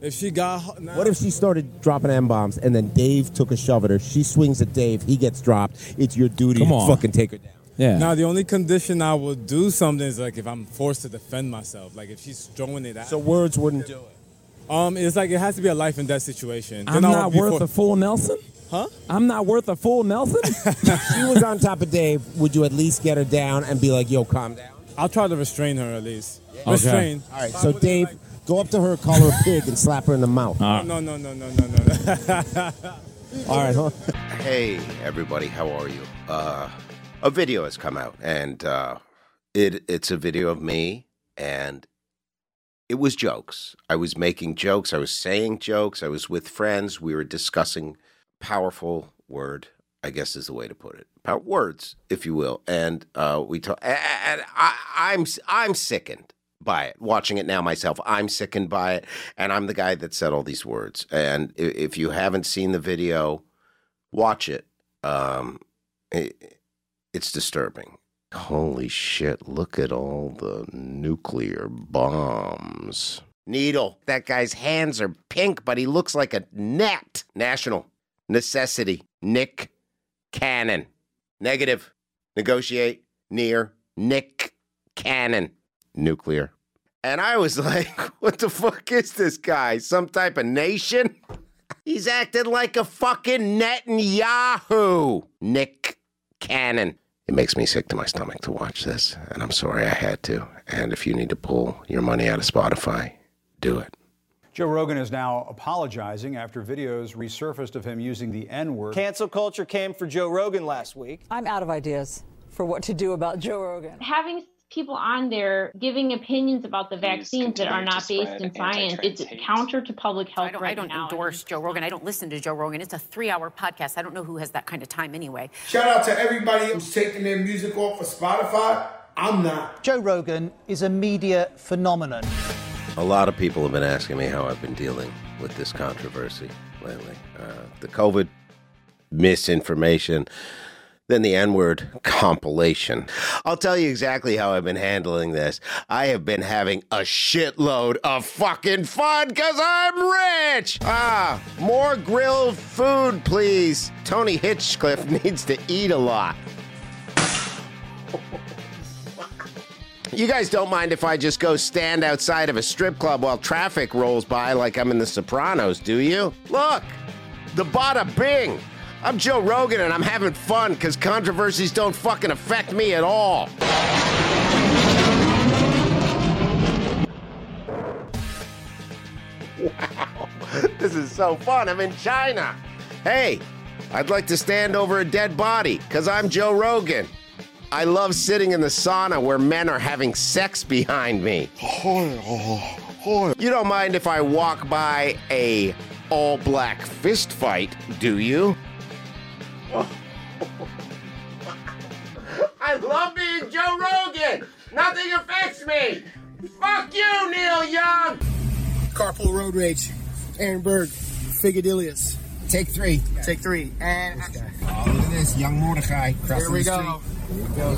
[SPEAKER 11] If she got, nah,
[SPEAKER 3] What if she started dropping M bombs and then Dave took a shove at her? She swings at Dave, he gets dropped. It's your duty
[SPEAKER 11] Come
[SPEAKER 3] to
[SPEAKER 11] on.
[SPEAKER 3] fucking take her down.
[SPEAKER 11] Yeah. Now the only condition I would do something is like if I'm forced to defend myself, like if she's throwing it at.
[SPEAKER 3] So
[SPEAKER 11] me.
[SPEAKER 3] words wouldn't do
[SPEAKER 11] it. Um, it's like it has to be a life and death situation.
[SPEAKER 2] I'm
[SPEAKER 11] Then I would
[SPEAKER 2] not
[SPEAKER 11] be
[SPEAKER 2] worth
[SPEAKER 11] for-
[SPEAKER 2] a full Nelson.
[SPEAKER 11] Huh?
[SPEAKER 2] I'm not worth a full Nelson.
[SPEAKER 3] she was on top of Dave. Would you at least get her down and be like, yo, calm down?
[SPEAKER 11] I'll try to restrain her at least.
[SPEAKER 3] Okay.
[SPEAKER 11] Restrain.
[SPEAKER 3] All right, so Dave, go up to her, call her a pig, and slap her in the mouth.
[SPEAKER 11] No, no, no, no, no, no.
[SPEAKER 3] All right, hold
[SPEAKER 1] Hey, everybody, how are you? Uh, a video has come out, and uh, it it's a video of me, and it was jokes. I was making jokes. I was saying jokes. I was with friends. We were discussing powerful word, I guess is the way to put it, power words, if you will. And uh, we talk, and and I, I'm I'm sickened by it. Watching it now myself, I'm sickened by it, and I'm the guy that said all these words. And i- if you haven't seen the video, watch it. Um, it it's disturbing. Holy shit, look at all the nuclear bombs. Needle. That guy's hands are pink, but he looks like a net. National. Necessity. Nick Cannon. Negative. Negotiate. Near. Nick Cannon. Nuclear. And I was like, what the fuck is this guy? Some type of nation? He's acting like a fucking Netanyahu. Nick Cannon. It makes me sick to my stomach to watch this, and I'm sorry I had to. And if you need to pull your money out of Spotify, do it.
[SPEAKER 22] Joe Rogan is now apologizing after videos resurfaced of him using the N word.
[SPEAKER 23] Cancel culture came for Joe Rogan last week.
[SPEAKER 24] I'm out of ideas for what to do about Joe Rogan.
[SPEAKER 25] having people on there giving opinions about the vaccines that are
[SPEAKER 26] continue to
[SPEAKER 25] not based
[SPEAKER 26] spread
[SPEAKER 25] in science
[SPEAKER 26] anti-trans
[SPEAKER 25] it's
[SPEAKER 26] hate.
[SPEAKER 25] counter to public health
[SPEAKER 26] I don't,
[SPEAKER 25] right
[SPEAKER 26] I don't
[SPEAKER 25] now
[SPEAKER 26] endorse Joe Rogan. I don't listen to Joe Rogan. It's a three-hour podcast. I don't know who has that kind of time anyway.
[SPEAKER 8] Shout out to everybody who's taking their music off of Spotify. I'm not.
[SPEAKER 23] Joe Rogan is a media phenomenon.
[SPEAKER 1] A lot of people have been asking me how I've been dealing with this controversy lately. Uh, the COVID misinformation, then the N word compilation. I'll tell you exactly how I've been handling this. I have been having a shitload of fucking fun because I'm rich. Ah, more grilled food, please. Tony Hitchcliffe needs to eat a lot. You guys don't mind if I just go stand outside of a strip club while traffic rolls by like I'm in The Sopranos, do you? Look, the bada bing. I'm Joe Rogan and I'm having fun because controversies don't fucking affect me at all. Wow, this is so fun. I'm in China. Hey, I'd like to stand over a dead body because I'm Joe Rogan. I love sitting in the sauna where men are having sex behind me.
[SPEAKER 18] oh.
[SPEAKER 1] You don't mind if I walk by a all black fist fight, do you? I love being Joe Rogan. Nothing affects me. Fuck you, Neil Young.
[SPEAKER 8] Carpool Road Rage, Aaron Berg, Figadilius. Take three. Take three. And all of this, young Mordecai. Here we go. Here we go.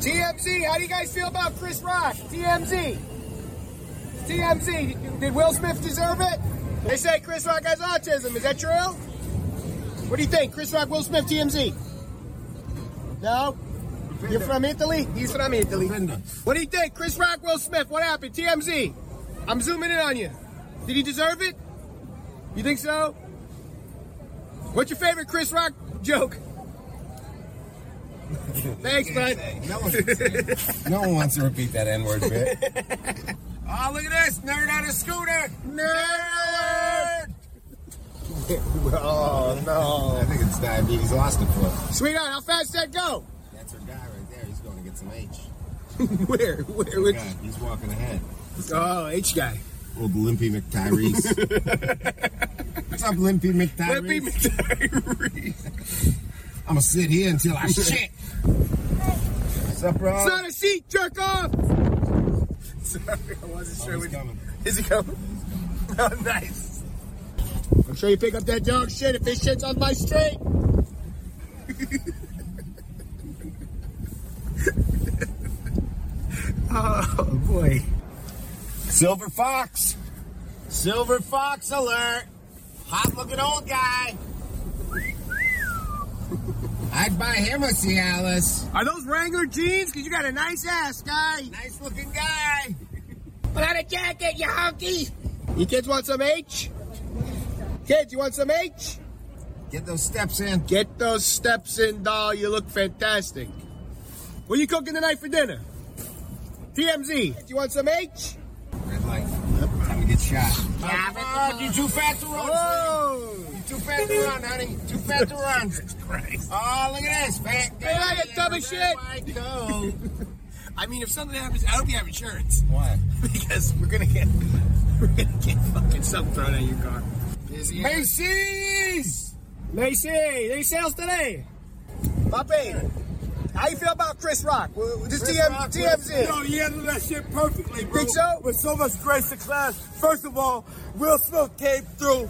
[SPEAKER 8] TMZ, how do you guys feel about Chris Rock? TMZ. TMZ, did Will Smith deserve it? They say Chris Rock has autism. Is that true? What do you think? Chris Rock, Will Smith, TMZ. No? You're from Italy? He's from Italy. What do you think? Chris Rock, Will Smith, what happened? TMZ. I'm zooming in on you. Did he deserve it? You think so? What's your favorite Chris Rock joke?
[SPEAKER 27] Thanks, bud.
[SPEAKER 3] No one wants to repeat that N word bit.
[SPEAKER 27] Oh, look at this. Nerd on a scooter. Nerd!
[SPEAKER 3] oh no! I think it's diabetes osteoporosis.
[SPEAKER 27] Sweetheart, how fast that go?
[SPEAKER 3] That's our guy right there. He's going to get some H.
[SPEAKER 27] Where? Where?
[SPEAKER 3] Which... he's walking ahead.
[SPEAKER 27] Oh, H guy.
[SPEAKER 3] Old Limpy McTyrese. What's up, Limpy McTyrese?
[SPEAKER 27] Limpy
[SPEAKER 3] McTyrese. I'm gonna sit here until I shit. What's up, bro?
[SPEAKER 27] It's not a seat, jerk off! Sorry, I wasn't
[SPEAKER 3] Oh,
[SPEAKER 27] sure when coming. Is he coming? Oh, nice. I'm sure you pick up that dog shit if this shit's on my street.
[SPEAKER 3] Oh boy. Silver fox. Silver fox alert. Hot looking old guy. I'd buy him a Cialis.
[SPEAKER 27] Are those Wrangler jeans? Because you got a nice ass, guy.
[SPEAKER 3] Nice looking guy.
[SPEAKER 27] Put on a jacket, you honky. You kids want some H? Kids, you want some H?
[SPEAKER 3] Get those steps in.
[SPEAKER 27] Get those steps in, doll. You look fantastic. What are you cooking tonight for dinner? TMZ. You want some H?
[SPEAKER 3] Red light. Time to get shot.
[SPEAKER 27] Ah,
[SPEAKER 3] you too fast to run.
[SPEAKER 27] Whoa!
[SPEAKER 3] You too fast to run, honey. Too fast to run. Oh, look at this, fat guy.
[SPEAKER 27] Hey, I got dumb as
[SPEAKER 3] in a
[SPEAKER 27] shit.
[SPEAKER 3] white coat.
[SPEAKER 27] I mean, if something happens, I hope you have insurance
[SPEAKER 3] Why?
[SPEAKER 27] because we're gonna get we're gonna get fucking something thrown at your car.
[SPEAKER 3] Macy's.
[SPEAKER 27] Macy, any sales today? Puppy, how you feel about Chris Rock? Well, This
[SPEAKER 3] Chris
[SPEAKER 27] TM,
[SPEAKER 3] Rock,
[SPEAKER 27] TMZ.
[SPEAKER 3] no,
[SPEAKER 27] you handled that shit perfectly,
[SPEAKER 3] bro.
[SPEAKER 27] Think so?
[SPEAKER 3] With so much grace and class. First of all, Will Smith came through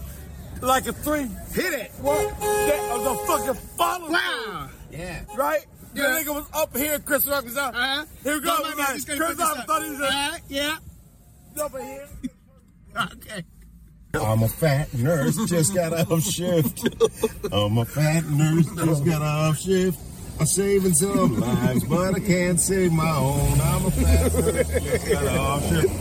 [SPEAKER 3] like a three.
[SPEAKER 27] Hit it.
[SPEAKER 3] What? That was a fucking follow.
[SPEAKER 27] Wow.
[SPEAKER 3] Yeah. Right? The
[SPEAKER 27] Yeah.
[SPEAKER 3] nigga was up here. Chris Rock was up.
[SPEAKER 27] Uh-huh.
[SPEAKER 3] Here we go.
[SPEAKER 27] Don't mind me, I'm
[SPEAKER 3] Like,
[SPEAKER 27] just gonna
[SPEAKER 3] Chris
[SPEAKER 27] put this
[SPEAKER 3] Rock
[SPEAKER 27] up.
[SPEAKER 3] thought he was
[SPEAKER 27] Uh, yeah.
[SPEAKER 3] up over here.
[SPEAKER 27] Okay.
[SPEAKER 3] I'm a fat nurse, just got off shift. I'm a fat nurse, just got off shift. I'm saving some lives, but I can't save my own. I'm a fat nurse, just got off shift.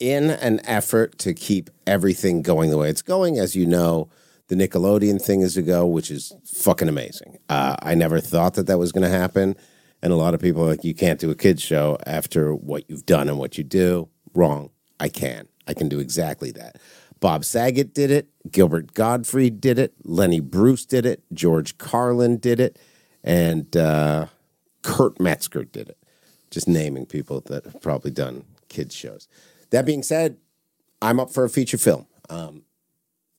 [SPEAKER 1] in an effort to keep everything going the way it's going. As you know, the Nickelodeon thing is to go, which is fucking amazing. Uh, I never thought that that was going to happen. And a lot of people are like, you can't do a kids show after what you've done and what you do. Wrong. I can. I can do exactly that. Bob Saget did it. Gilbert Godfrey did it. Lenny Bruce did it. George Carlin did it. And uh, Kurt Metzger did it just naming people that have probably done kids shows. That being said, I'm up for a feature film. Um,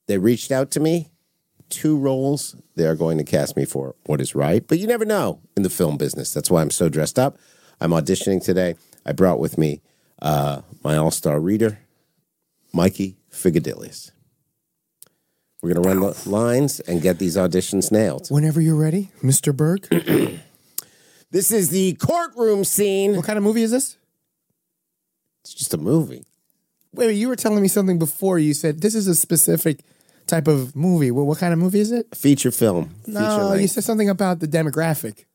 [SPEAKER 1] they reached out to me, two roles they are going to cast me for what is right, but you never know in the film business. That's why I'm so dressed up. I'm auditioning today. I brought with me uh, my all star reader, Mikey Figadillis. We're going to run the lines and get these auditions nailed.
[SPEAKER 8] Whenever you're ready, Mr. Berg.
[SPEAKER 1] This is the courtroom scene.
[SPEAKER 8] what kind of movie is this?
[SPEAKER 1] It's just a movie.
[SPEAKER 8] Wait, you were telling me something before. You said this is a specific type of movie. Well, what kind of movie is it?
[SPEAKER 1] Feature film. Feature
[SPEAKER 8] No,
[SPEAKER 1] length.
[SPEAKER 8] you said something about the demographic.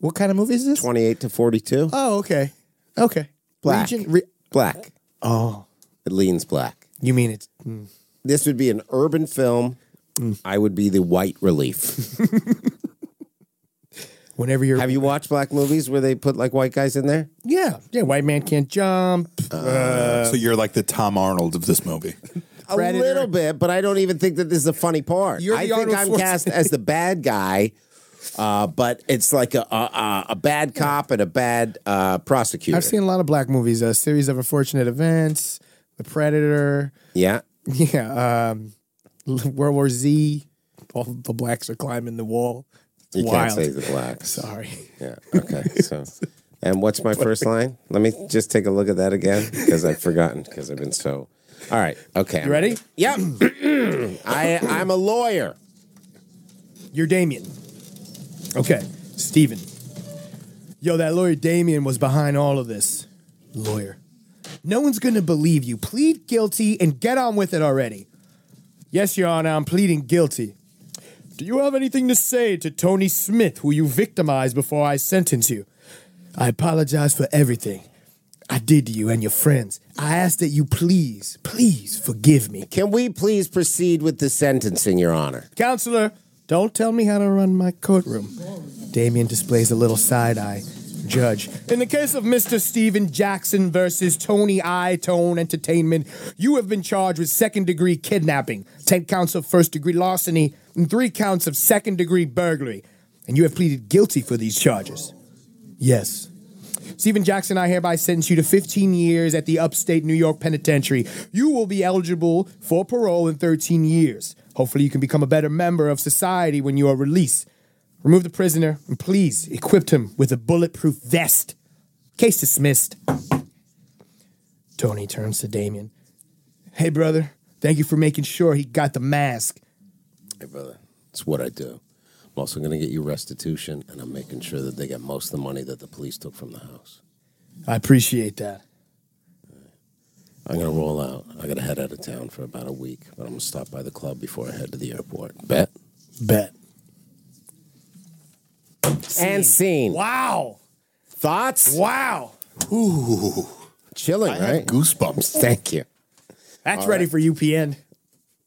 [SPEAKER 8] What kind of movie is this?
[SPEAKER 1] 28 to 42.
[SPEAKER 8] Oh, okay. Okay.
[SPEAKER 1] Black.
[SPEAKER 8] Region, re-
[SPEAKER 1] Black.
[SPEAKER 8] oh,
[SPEAKER 1] It leans black.
[SPEAKER 8] you mean it's mm.
[SPEAKER 1] This would be an urban film. Mm. I would be the white relief.
[SPEAKER 8] whenever you're.
[SPEAKER 1] Have you watched black movies where they put like white guys in there? Uh,
[SPEAKER 8] yeah. Yeah. White man can't jump.
[SPEAKER 4] Uh,
[SPEAKER 8] uh,
[SPEAKER 6] so you're like the Tom Arnold of this movie.
[SPEAKER 1] A
[SPEAKER 8] Predator.
[SPEAKER 1] little bit, but I don't even think that this is a funny part.
[SPEAKER 8] You're
[SPEAKER 1] I
[SPEAKER 8] the
[SPEAKER 1] think
[SPEAKER 8] Arnold
[SPEAKER 1] I'm
[SPEAKER 8] Schwarzenegger.
[SPEAKER 1] cast as the bad guy, uh, but it's like a, a- a, a bad cop and a bad uh, prosecutor.
[SPEAKER 8] I've seen a lot of black movies. A series of unfortunate events. The Predator.
[SPEAKER 1] yeah.
[SPEAKER 8] Yeah. Um, World War Z. All the blacks are climbing the wall. It's
[SPEAKER 1] You
[SPEAKER 8] wild.
[SPEAKER 1] can't say the black.
[SPEAKER 8] Sorry.
[SPEAKER 1] Yeah. Okay. So, and what's my first line? Let me just take a look at that again because I've forgotten because I've been so. All right. Okay.
[SPEAKER 8] You ready?
[SPEAKER 1] Yep. I I'm a lawyer.
[SPEAKER 8] You're Damien. Okay. Steven. Yo, that lawyer Damien was behind all of this. Lawyer. No one's going to believe you. Plead guilty and get on with it already. Yes, Your Honor, I'm pleading guilty. Do you have anything to say to Tony Smith, who you victimized before I sentence you? I apologize for everything. I did to you and your friends. I ask that you please, please forgive me.
[SPEAKER 1] Can we please proceed with the sentencing, Your Honor?
[SPEAKER 8] Counselor, don't tell me how to run my courtroom. Damien displays a little side eye. Judge, in the case of Mr. Steven Jackson versus Tony I Tone Entertainment, you have been charged with second degree kidnapping, 10 counts of first degree larceny, and three counts of second degree burglary, and you have pleaded guilty for these charges. Yes. Stephen Jackson, I hereby sentence you to 15 years at the upstate New York Penitentiary. You will be eligible for parole in 13 years. Hopefully, you can become a better member of society when you are released. Remove the prisoner and please equip him with a bulletproof vest. Case dismissed. Tony turns to Damien. Hey, brother, thank you for making sure he got the mask.
[SPEAKER 1] Hey, brother, it's what I do. I'm also going to get you restitution, and I'm making sure that they get most of the money that the police took from the house.
[SPEAKER 8] I appreciate that.
[SPEAKER 1] I'm going to roll out. I got to head out of town for about a week, but I'm going to stop by the club before I head to the airport. Bet?
[SPEAKER 8] Bet.
[SPEAKER 1] And scene.
[SPEAKER 8] Wow.
[SPEAKER 1] Thoughts?
[SPEAKER 8] Wow.
[SPEAKER 1] Ooh. Chilling,
[SPEAKER 8] I have
[SPEAKER 1] right? goosebumps. Thank you.
[SPEAKER 8] That's
[SPEAKER 1] All
[SPEAKER 8] ready
[SPEAKER 1] right.
[SPEAKER 8] for UPN.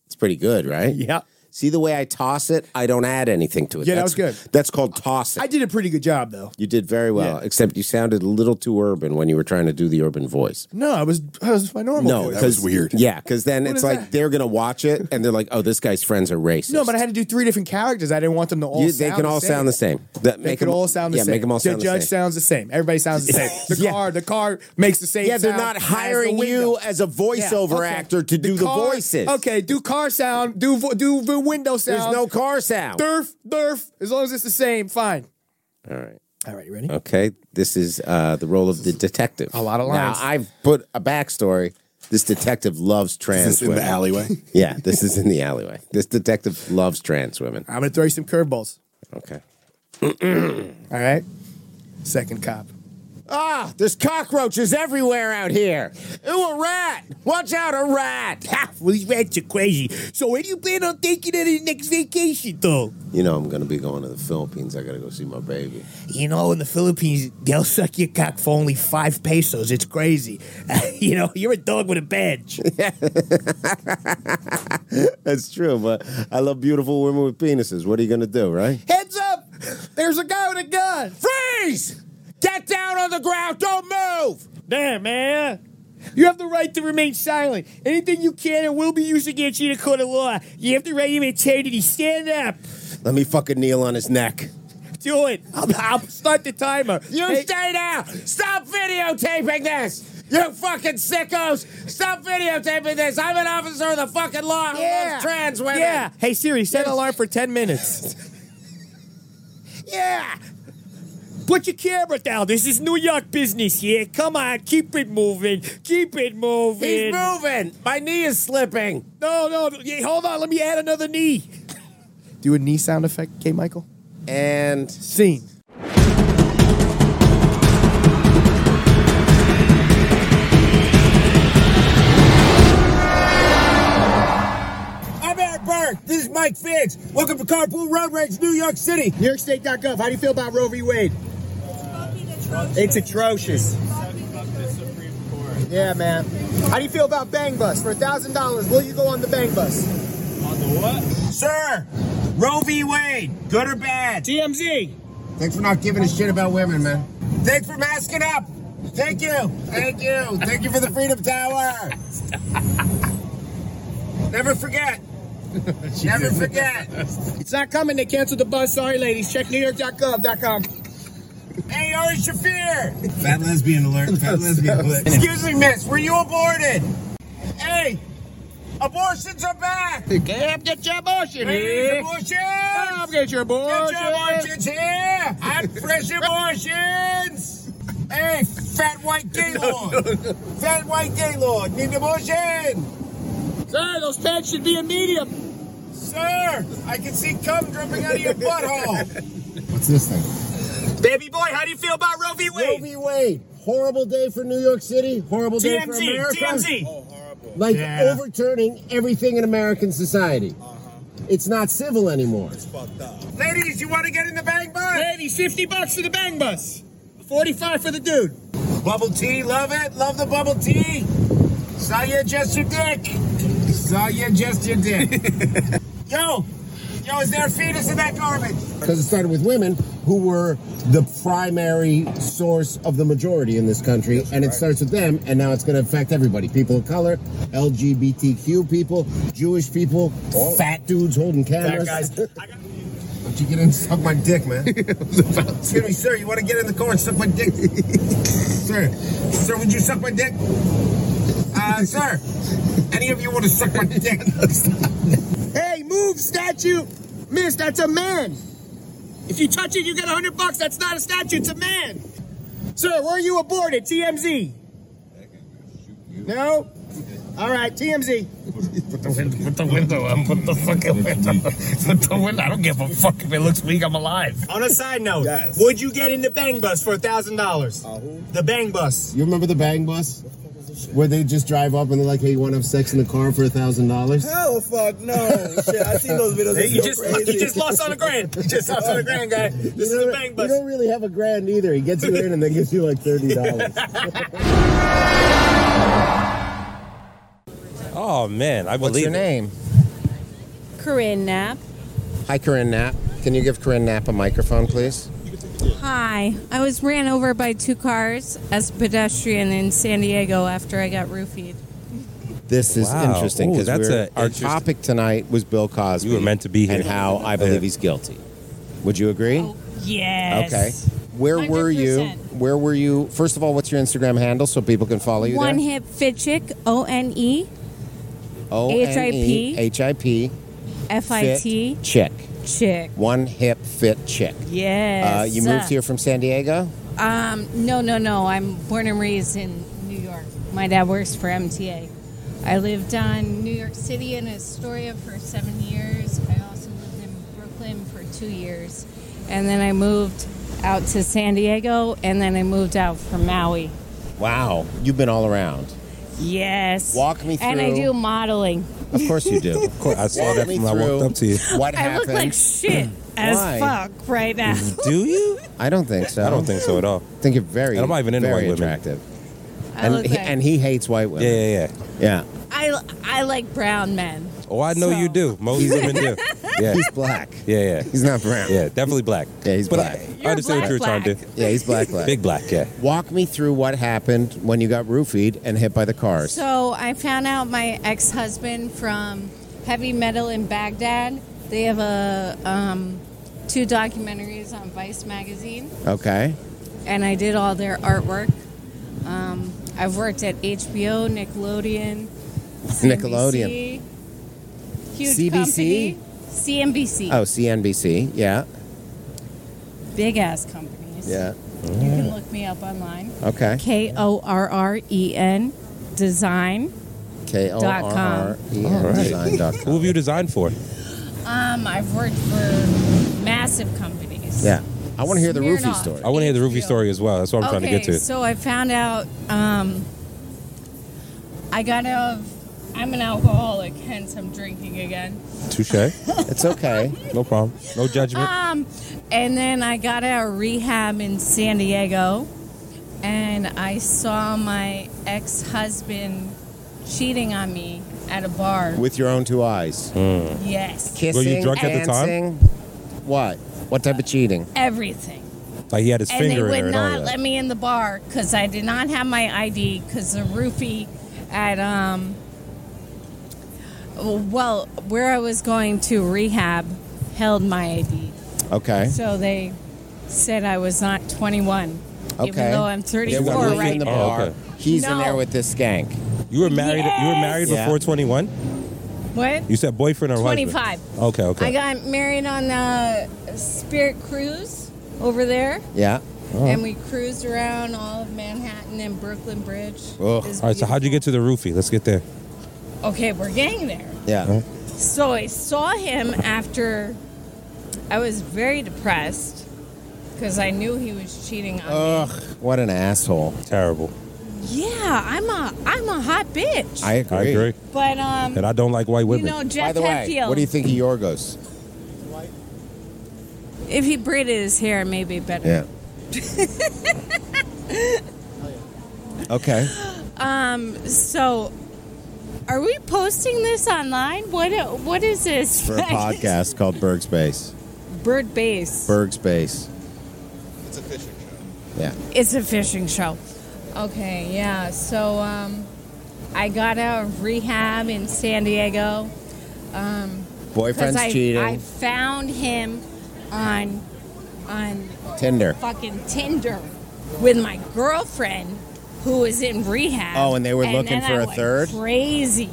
[SPEAKER 1] It's pretty good, right?
[SPEAKER 8] Yeah.
[SPEAKER 1] See the way I toss it? I don't add anything to it.
[SPEAKER 8] Yeah, that
[SPEAKER 1] that's,
[SPEAKER 8] was good.
[SPEAKER 1] That's called toss it.
[SPEAKER 8] I did a pretty good job, though.
[SPEAKER 1] You did very well, except you sounded a little too urban when you were trying to do the urban voice.
[SPEAKER 8] No, I was, I was my normal.
[SPEAKER 1] no,
[SPEAKER 8] voice.
[SPEAKER 1] because Yeah, because then
[SPEAKER 8] What
[SPEAKER 1] it's
[SPEAKER 8] is
[SPEAKER 1] like
[SPEAKER 8] that?
[SPEAKER 1] they're gonna watch it and they're like, "Oh, this guy's friends are racist."
[SPEAKER 8] No, but I had to do three different characters. I didn't want them to all.
[SPEAKER 1] You-
[SPEAKER 8] sound
[SPEAKER 1] they can all sound the same. That
[SPEAKER 8] They
[SPEAKER 1] make
[SPEAKER 8] could
[SPEAKER 1] them-
[SPEAKER 8] all sound the
[SPEAKER 1] yeah,
[SPEAKER 8] same.
[SPEAKER 1] make them all sound
[SPEAKER 8] the
[SPEAKER 1] the
[SPEAKER 8] judge
[SPEAKER 1] same.
[SPEAKER 8] sounds the same. Everybody sounds the same. The car, the car makes the same.
[SPEAKER 1] Yeah, they're
[SPEAKER 8] sound
[SPEAKER 1] not
[SPEAKER 8] as the
[SPEAKER 1] hiring you
[SPEAKER 8] window.
[SPEAKER 1] as a voiceover actor to do the
[SPEAKER 8] car-
[SPEAKER 1] voices.
[SPEAKER 8] Okay, do car sound. Do vo- do the window sound.
[SPEAKER 1] There's no car sound.
[SPEAKER 8] Derf, derf. As long as it's the same, fine.
[SPEAKER 1] All right.
[SPEAKER 8] All right, you ready?
[SPEAKER 1] Okay, this is uh, the role of the detective. A lot
[SPEAKER 8] of lines.
[SPEAKER 1] Now, I've put a backstory. This detective loves trans
[SPEAKER 28] this in the
[SPEAKER 1] women.
[SPEAKER 28] alleyway?
[SPEAKER 1] yeah, this is in the alleyway. This detective loves trans women.
[SPEAKER 8] I'm gonna throw you some curveballs.
[SPEAKER 1] Okay.
[SPEAKER 8] All right. Second cop.
[SPEAKER 1] Ah, there's cockroaches everywhere out here. Ooh, a rat! Watch out, a rat! Ha!
[SPEAKER 8] Ah, Well, these rats are crazy. So, where do you plan on taking it in the next vacation, though?
[SPEAKER 1] You know, I'm going to be going to the Philippines. I got to go see my baby.
[SPEAKER 8] You know, in the Philippines, they'll suck your cock for only five pesos. It's crazy. you know, you're a dog with a badge.
[SPEAKER 1] That's true, but I love beautiful women with penises. What are you going to do, right?
[SPEAKER 8] Heads up! There's a guy with a gun.
[SPEAKER 1] Freeze! Get down on the ground! Don't move!
[SPEAKER 8] Damn, man. You have the right to remain silent. Anything you can and will be used against you in a court of law. You have the right to maintain it. Stand up.
[SPEAKER 1] Let me fucking kneel on his neck.
[SPEAKER 8] Do it. I'll, I'll start the timer.
[SPEAKER 1] You stay down! Stop videotaping this! You fucking sickos! Stop videotaping this! I'm an officer of the fucking law who loves trans women!
[SPEAKER 8] Yeah. Hey, Siri, set an alarm for 10 minutes.
[SPEAKER 1] Yeah!
[SPEAKER 8] Put your camera down. This is New York business here. Come on, keep it moving. Keep it moving.
[SPEAKER 1] He's moving! My knee is slipping!
[SPEAKER 8] No, no. yeah, Hold on. Let me add another knee. Do a knee sound effect, K. Michael.
[SPEAKER 1] And
[SPEAKER 8] Scene.
[SPEAKER 1] I'm Eric Burke. This is Mike Figgs. Welcome to Carpool Road Rage, New York City.
[SPEAKER 3] NewYorkState.gov. How do you feel about Roe v. Wade? It's atrocious. Yeah, man. How do you feel about Bang Bus? For thousand dollars, will you go on the Bang Bus? On the what? Sir, Roe v. Wade, good or bad? TMZ.
[SPEAKER 29] Thanks for not giving a shit about women, man.
[SPEAKER 3] Thanks for masking up. Thank you. Thank you. Thank you for the Freedom Tower. Never forget. Never forget. It's not coming. They canceled the bus. Sorry, ladies. Check NewYork.gov.com. Hey, Ari Shafir.
[SPEAKER 29] Fat lesbian alert. Fat lesbian alert.
[SPEAKER 3] Excuse me, miss. Were you aborted? Hey, abortions are back. Can't get your abortion
[SPEAKER 30] here.
[SPEAKER 3] Abortions. Come get your abortion. Get your abortions here. I'm fresh abortions. Hey, fat white gaylord. Fat white gaylord. Need an abortion. Sir, those pants should be a medium. Sir, I can see cum dripping out of your butthole.
[SPEAKER 29] What's this thing?
[SPEAKER 3] Baby boy, how do you feel about Roe v. Wade?
[SPEAKER 1] Roe v. Wade. Horrible day for New York City. Horrible day for
[SPEAKER 3] TMZ,
[SPEAKER 1] America. Oh,
[SPEAKER 3] TMZ.
[SPEAKER 1] Like
[SPEAKER 3] Yeah.
[SPEAKER 1] overturning everything in American society. It's not civil anymore.
[SPEAKER 3] Ladies, you want to get in the bang bus? Ladies, 50 bucks for the bang bus. 45 for the dude. Bubble tea, love it. Love the bubble tea. Saw you just your dick. Saw you just your dick. yo, yo, is there a fetus in that garbage?
[SPEAKER 1] Because it started with women who were the primary source of the majority in this country, and it starts with them, and now it's going to affect everybody people of color, LGBTQ people, Jewish people, fat dudes holding cameras.
[SPEAKER 3] Don't you get in and suck my dick, man? Excuse me, sir. You want to get in the car and suck my dick? sir, sir, would you suck my dick? Uh, sir, any of you want to suck my dick?
[SPEAKER 8] Hey, move, statue! Miss, that's a man! If you touch it, you get 100 bucks. That's not a statue, it's a man! Sir, were you aborted? TMZ? No? All right, TMZ.
[SPEAKER 3] Put the, window, put the window up. Put the fucking window up. Put the window. I don't give a fuck if it looks weak. I'm alive.
[SPEAKER 8] On a side note, would you get in the bang bus for
[SPEAKER 3] Uh,
[SPEAKER 8] $1,000? The bang bus.
[SPEAKER 1] You remember the bang bus? Where they just drive up and they're like, hey, you want to have sex in the car for a $1,000?
[SPEAKER 8] Hell fuck no. Shit, I seen those videos.
[SPEAKER 1] Hey,
[SPEAKER 8] you just you just lost on a grand. You just lost on a grand, guy. This is a bang
[SPEAKER 1] You
[SPEAKER 8] bus.
[SPEAKER 1] don't really have a grand either. He gets you in and then gives you like $30.
[SPEAKER 29] Oh man, I
[SPEAKER 1] What's
[SPEAKER 29] believe
[SPEAKER 1] your
[SPEAKER 29] it.
[SPEAKER 1] name?
[SPEAKER 15] Corinne Knapp.
[SPEAKER 1] Hi, Corinne Knapp. Can you give Corinne Knapp a microphone, please?
[SPEAKER 15] Hi. I was ran over by two cars as a pedestrian in San Diego after I got roofied.
[SPEAKER 1] This is
[SPEAKER 29] Wow.
[SPEAKER 1] interesting
[SPEAKER 29] Ooh,
[SPEAKER 1] because
[SPEAKER 29] that's
[SPEAKER 1] our
[SPEAKER 29] a interesting-
[SPEAKER 1] topic tonight was Bill Cosby.
[SPEAKER 29] You were meant to be here.
[SPEAKER 1] And how I believe
[SPEAKER 29] Yeah.
[SPEAKER 1] he's guilty. Would you agree?
[SPEAKER 15] Oh, Yes.
[SPEAKER 1] Okay. Where were you? Where were you? First of all, what's your Instagram handle so people can follow you
[SPEAKER 15] One
[SPEAKER 1] there?
[SPEAKER 15] hip Fitchick, O N E
[SPEAKER 1] O-N-E,
[SPEAKER 15] H-I-P.
[SPEAKER 1] H-I-P.
[SPEAKER 15] F I T
[SPEAKER 1] fit Chick.
[SPEAKER 15] Chick.
[SPEAKER 1] One hip fit chick.
[SPEAKER 15] Yes.
[SPEAKER 1] Uh, you moved here from San Diego?
[SPEAKER 15] Um, no, no, no. I'm born and raised in New York. My dad works for MTA. I lived on New York City in Astoria for seven years. I also lived in Brooklyn for two years. And then I moved out to San Diego, and then I moved out from Maui.
[SPEAKER 1] Wow. You've been all around.
[SPEAKER 15] Yes.
[SPEAKER 1] Walk me
[SPEAKER 15] And I
[SPEAKER 1] through-
[SPEAKER 15] do modeling.
[SPEAKER 1] Of course you do.
[SPEAKER 29] Of course, I saw
[SPEAKER 1] Walk
[SPEAKER 29] that
[SPEAKER 1] me
[SPEAKER 29] when I walked
[SPEAKER 1] through
[SPEAKER 29] up to you.
[SPEAKER 1] What
[SPEAKER 15] I
[SPEAKER 1] happened?
[SPEAKER 15] look like shit as
[SPEAKER 1] Why?
[SPEAKER 15] fuck right now.
[SPEAKER 29] Do you?
[SPEAKER 1] I don't think so.
[SPEAKER 29] I don't think so at all.
[SPEAKER 1] I think you're very.
[SPEAKER 29] And I'm not even into
[SPEAKER 1] very
[SPEAKER 29] white women.
[SPEAKER 1] attractive.
[SPEAKER 15] I
[SPEAKER 1] Mm-hmm. and,
[SPEAKER 15] look
[SPEAKER 1] he,
[SPEAKER 15] like-
[SPEAKER 1] and he hates white women.
[SPEAKER 29] Yeah,
[SPEAKER 1] yeah, yeah.
[SPEAKER 15] I, I like brown men.
[SPEAKER 29] Oh, I know you do. Most women do. Yeah.
[SPEAKER 1] He's black.
[SPEAKER 29] Yeah, yeah.
[SPEAKER 1] He's not brown.
[SPEAKER 29] Yeah, definitely black.
[SPEAKER 1] Yeah, he's
[SPEAKER 29] But
[SPEAKER 1] black.
[SPEAKER 29] I- I, understand what
[SPEAKER 15] black,
[SPEAKER 29] you're trying to do.
[SPEAKER 15] black.
[SPEAKER 1] Yeah, he's black, black.
[SPEAKER 29] Big black, yeah.
[SPEAKER 1] Walk me through what happened when you got roofied and hit by the cars.
[SPEAKER 15] So I found out my ex husband from Heavy Metal in Baghdad. They have a um, two documentaries on Vice magazine,
[SPEAKER 1] okay.
[SPEAKER 15] and I did all their artwork. Um, I've worked at HBO, Nickelodeon,
[SPEAKER 1] Nickelodeon.
[SPEAKER 15] CNBC, huge
[SPEAKER 1] CBC?
[SPEAKER 15] company, CNBC,
[SPEAKER 1] Oh, CNBC. Yeah.
[SPEAKER 15] big ass companies.
[SPEAKER 1] Yeah.
[SPEAKER 15] You
[SPEAKER 29] Mm.
[SPEAKER 15] can look me up online.
[SPEAKER 1] Okay.
[SPEAKER 15] K O R R E N Design.
[SPEAKER 1] K O R R E
[SPEAKER 29] All
[SPEAKER 1] N
[SPEAKER 29] right.
[SPEAKER 1] design dot
[SPEAKER 29] Who have you designed for?
[SPEAKER 15] Um, I've worked for massive companies.
[SPEAKER 1] Yeah. I want to hear the roofie
[SPEAKER 15] Smirnoff.
[SPEAKER 1] story.
[SPEAKER 29] I want to hear the roofie story as well. That's what I'm
[SPEAKER 15] okay,
[SPEAKER 29] trying to get to.
[SPEAKER 15] so I found out um, I got out of. I'm an alcoholic, hence I'm drinking again.
[SPEAKER 29] Touche.
[SPEAKER 1] it's okay.
[SPEAKER 29] No problem. No judgment.
[SPEAKER 15] Um, and then I got out of rehab in San Diego, and I saw my ex-husband cheating on me at a bar.
[SPEAKER 1] With your own two eyes.
[SPEAKER 15] Hmm. yes,
[SPEAKER 1] Kissing,
[SPEAKER 29] Were you drunk at the time?
[SPEAKER 1] dancing, What? What type of cheating?
[SPEAKER 15] everything.
[SPEAKER 29] Like he had his
[SPEAKER 15] and they
[SPEAKER 29] finger in
[SPEAKER 15] would
[SPEAKER 29] her and all
[SPEAKER 15] not
[SPEAKER 29] that.
[SPEAKER 15] let me in the bar because I did not have my ID because the roofie at um well where I was going to rehab held my ID,
[SPEAKER 1] Okay.
[SPEAKER 15] so they said I was not 21.
[SPEAKER 1] Okay.
[SPEAKER 15] Even though I'm
[SPEAKER 1] They were
[SPEAKER 15] 34
[SPEAKER 1] really
[SPEAKER 15] right
[SPEAKER 1] in the
[SPEAKER 15] now.
[SPEAKER 1] bar.
[SPEAKER 29] Oh, okay.
[SPEAKER 1] He's in
[SPEAKER 15] No.
[SPEAKER 1] there with this skank.
[SPEAKER 29] you were married. You were married
[SPEAKER 1] Yes.
[SPEAKER 29] before 21.
[SPEAKER 15] What?
[SPEAKER 29] You said boyfriend or husband?
[SPEAKER 15] 25.
[SPEAKER 29] 25. Okay, okay.
[SPEAKER 15] I got married on the Spirit Cruise over there,
[SPEAKER 1] Yeah.
[SPEAKER 29] Oh.
[SPEAKER 15] and we cruised around all of Manhattan and Brooklyn Bridge.
[SPEAKER 29] All
[SPEAKER 15] It's
[SPEAKER 29] right. So how'd you get to the roofie? Let's get there.
[SPEAKER 15] Okay, we're getting there.
[SPEAKER 1] Yeah.
[SPEAKER 15] So I saw him after I was very depressed because I knew he was cheating on
[SPEAKER 1] Ugh. What an asshole.
[SPEAKER 29] Terrible.
[SPEAKER 15] me. Yeah, I'm a I'm a hot bitch.
[SPEAKER 1] I agree.
[SPEAKER 29] I agree.
[SPEAKER 15] but um,
[SPEAKER 29] And I don't like white
[SPEAKER 15] you
[SPEAKER 29] women.
[SPEAKER 15] know Jeff
[SPEAKER 1] By the way,
[SPEAKER 15] Hatfield.
[SPEAKER 1] what do you think of Yorgos?
[SPEAKER 15] If he braided his hair, maybe better.
[SPEAKER 29] Okay.
[SPEAKER 15] Um, so are we posting this online? What what is this?
[SPEAKER 1] for a podcast called Berg Space.
[SPEAKER 15] Bird Base.
[SPEAKER 1] Berg Space.
[SPEAKER 15] It's a fishing
[SPEAKER 1] Yeah.
[SPEAKER 15] It's a fishing show. Okay, yeah. So um I got out of rehab in San Diego. Um 'cause
[SPEAKER 1] Boyfriend's
[SPEAKER 15] I,
[SPEAKER 1] cheating.
[SPEAKER 15] I found him on on
[SPEAKER 1] Tinder.
[SPEAKER 15] fucking Tinder with my girlfriend who was in rehab.
[SPEAKER 1] Oh, and they were looking
[SPEAKER 15] then
[SPEAKER 1] for
[SPEAKER 15] I
[SPEAKER 1] a
[SPEAKER 15] went
[SPEAKER 1] third?
[SPEAKER 15] Crazy.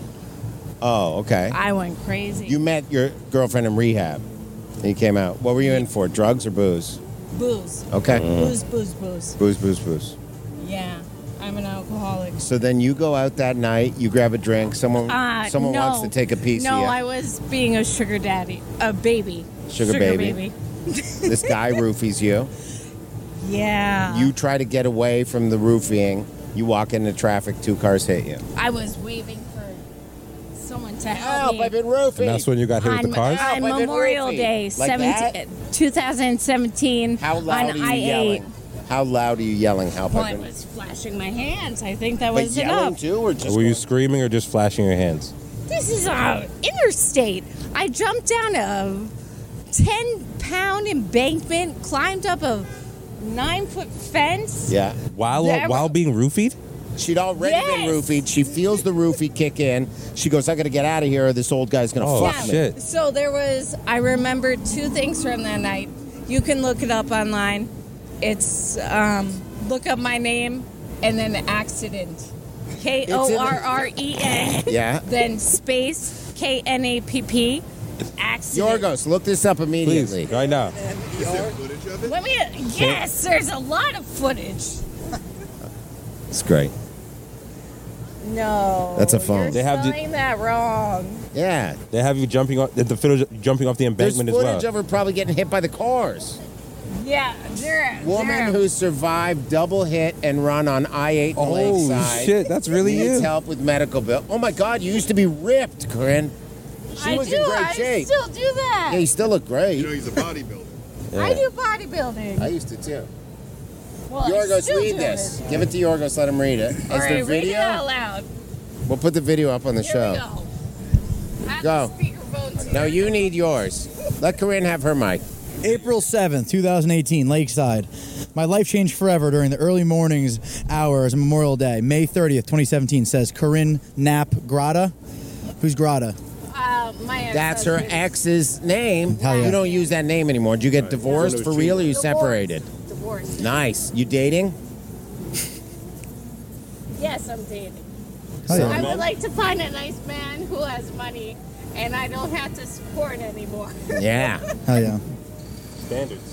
[SPEAKER 1] Oh, okay.
[SPEAKER 15] I went crazy.
[SPEAKER 1] You met your girlfriend in rehab. And you came out. What were you in for? Drugs or booze?
[SPEAKER 15] booze.
[SPEAKER 1] Okay.
[SPEAKER 15] Booze, booze, booze.
[SPEAKER 1] Booze, booze, booze.
[SPEAKER 15] Yeah, I'm an alcoholic.
[SPEAKER 1] So then you go out that night, you grab a drink, someone
[SPEAKER 15] Uh,
[SPEAKER 1] someone
[SPEAKER 15] no.
[SPEAKER 1] wants to take a piece
[SPEAKER 15] No,
[SPEAKER 1] of you.
[SPEAKER 15] I was being a sugar daddy, a baby.
[SPEAKER 1] Sugar baby. this guy roofies you.
[SPEAKER 15] Yeah.
[SPEAKER 1] You try to get away from the roofing. You walk into traffic, two cars hit you.
[SPEAKER 15] I was waving for someone to help. Help!
[SPEAKER 1] I've been roofied.
[SPEAKER 29] And that's when you got hit with the
[SPEAKER 15] on,
[SPEAKER 29] cars?
[SPEAKER 15] On
[SPEAKER 29] Help, I've been
[SPEAKER 15] Memorial
[SPEAKER 29] roofied.
[SPEAKER 15] Day,
[SPEAKER 29] Like
[SPEAKER 15] 17, 2017,
[SPEAKER 1] How
[SPEAKER 15] on
[SPEAKER 1] loud are you
[SPEAKER 15] I
[SPEAKER 1] yelling? How loud are you yelling? Help!
[SPEAKER 15] Well, I
[SPEAKER 1] I've been-
[SPEAKER 15] was flashing my hands. I think that
[SPEAKER 1] But
[SPEAKER 15] was
[SPEAKER 1] yelling
[SPEAKER 15] enough.
[SPEAKER 1] too, or just
[SPEAKER 29] Were you screaming or just flashing your hands?
[SPEAKER 15] This is our interstate. I jumped down a 10 pound embankment, climbed up a nine foot fence.
[SPEAKER 1] Yeah.
[SPEAKER 29] While
[SPEAKER 15] There
[SPEAKER 29] while being roofied?
[SPEAKER 1] She'd already been roofied. She feels the roofie kick in. She goes, "I gotta get out of here, or this old guy's gonna
[SPEAKER 29] Oh,
[SPEAKER 1] fuck me."
[SPEAKER 15] So there was, I remember two things from that night. You can look it up online. It's, um, look up my name and then accident. K O R R E N.
[SPEAKER 1] Yeah.
[SPEAKER 15] Then space K N A P P. Accident.
[SPEAKER 1] Yorgos, look this up immediately,
[SPEAKER 29] right now.
[SPEAKER 15] Let me. Yes, there's a lot of footage.
[SPEAKER 1] It's great.
[SPEAKER 15] No.
[SPEAKER 29] That's a phone.
[SPEAKER 15] Oh, You're
[SPEAKER 29] They have the-
[SPEAKER 15] spelling that wrong.
[SPEAKER 1] Yeah.
[SPEAKER 29] They have you jumping off the fiddle jumping off the
[SPEAKER 1] There's
[SPEAKER 29] embankment
[SPEAKER 1] footage
[SPEAKER 29] as well.
[SPEAKER 1] of her probably getting hit by the cars.
[SPEAKER 15] Yeah, there.
[SPEAKER 1] Woman
[SPEAKER 15] there.
[SPEAKER 1] who survived double hit and run on I-8
[SPEAKER 29] Oh,
[SPEAKER 1] Lakeside.
[SPEAKER 29] shit, that's really
[SPEAKER 1] Needs
[SPEAKER 29] you.
[SPEAKER 1] help with medical bill. Oh my God, you used to be ripped, Corinne. She
[SPEAKER 15] I
[SPEAKER 1] was
[SPEAKER 15] do.
[SPEAKER 1] in great
[SPEAKER 15] I
[SPEAKER 1] shape.
[SPEAKER 15] still do that.
[SPEAKER 1] yeah, you still look great. You know,
[SPEAKER 3] he's a bodybuilder.
[SPEAKER 15] I do bodybuilding.
[SPEAKER 1] I used to too.
[SPEAKER 15] Well, I
[SPEAKER 1] Yorgos,
[SPEAKER 15] still
[SPEAKER 1] read
[SPEAKER 15] do
[SPEAKER 1] this.
[SPEAKER 15] it.
[SPEAKER 1] Give it to Yorgos. Let him read it. Is
[SPEAKER 15] All right,
[SPEAKER 1] there
[SPEAKER 15] read it
[SPEAKER 1] video?
[SPEAKER 15] out loud.
[SPEAKER 1] We'll put the video up on the
[SPEAKER 15] Here
[SPEAKER 1] show.
[SPEAKER 15] we go. Have
[SPEAKER 1] Go.
[SPEAKER 15] the speakerphone
[SPEAKER 1] No, you need yours. Let Corinne have her mic.
[SPEAKER 10] April 7th, 2018, Lakeside. My life changed forever during the early mornings hours, Memorial Day. May 30th, 2017, says Corinne Knapp Grata. Who's Grata?
[SPEAKER 15] Uh, my ex
[SPEAKER 1] That's her ex's name.
[SPEAKER 10] Hell yeah.
[SPEAKER 1] You don't use that name anymore. Did you get divorced for real or you
[SPEAKER 15] Divorced.
[SPEAKER 1] separated?
[SPEAKER 15] Divorced.
[SPEAKER 1] Nice. You dating?
[SPEAKER 15] Yes, I'm dating.
[SPEAKER 1] Oh, yeah.
[SPEAKER 15] I would like to find a nice man who has money and I don't have to support anymore.
[SPEAKER 1] Yeah.
[SPEAKER 10] Hell Oh, yeah.
[SPEAKER 11] Standards.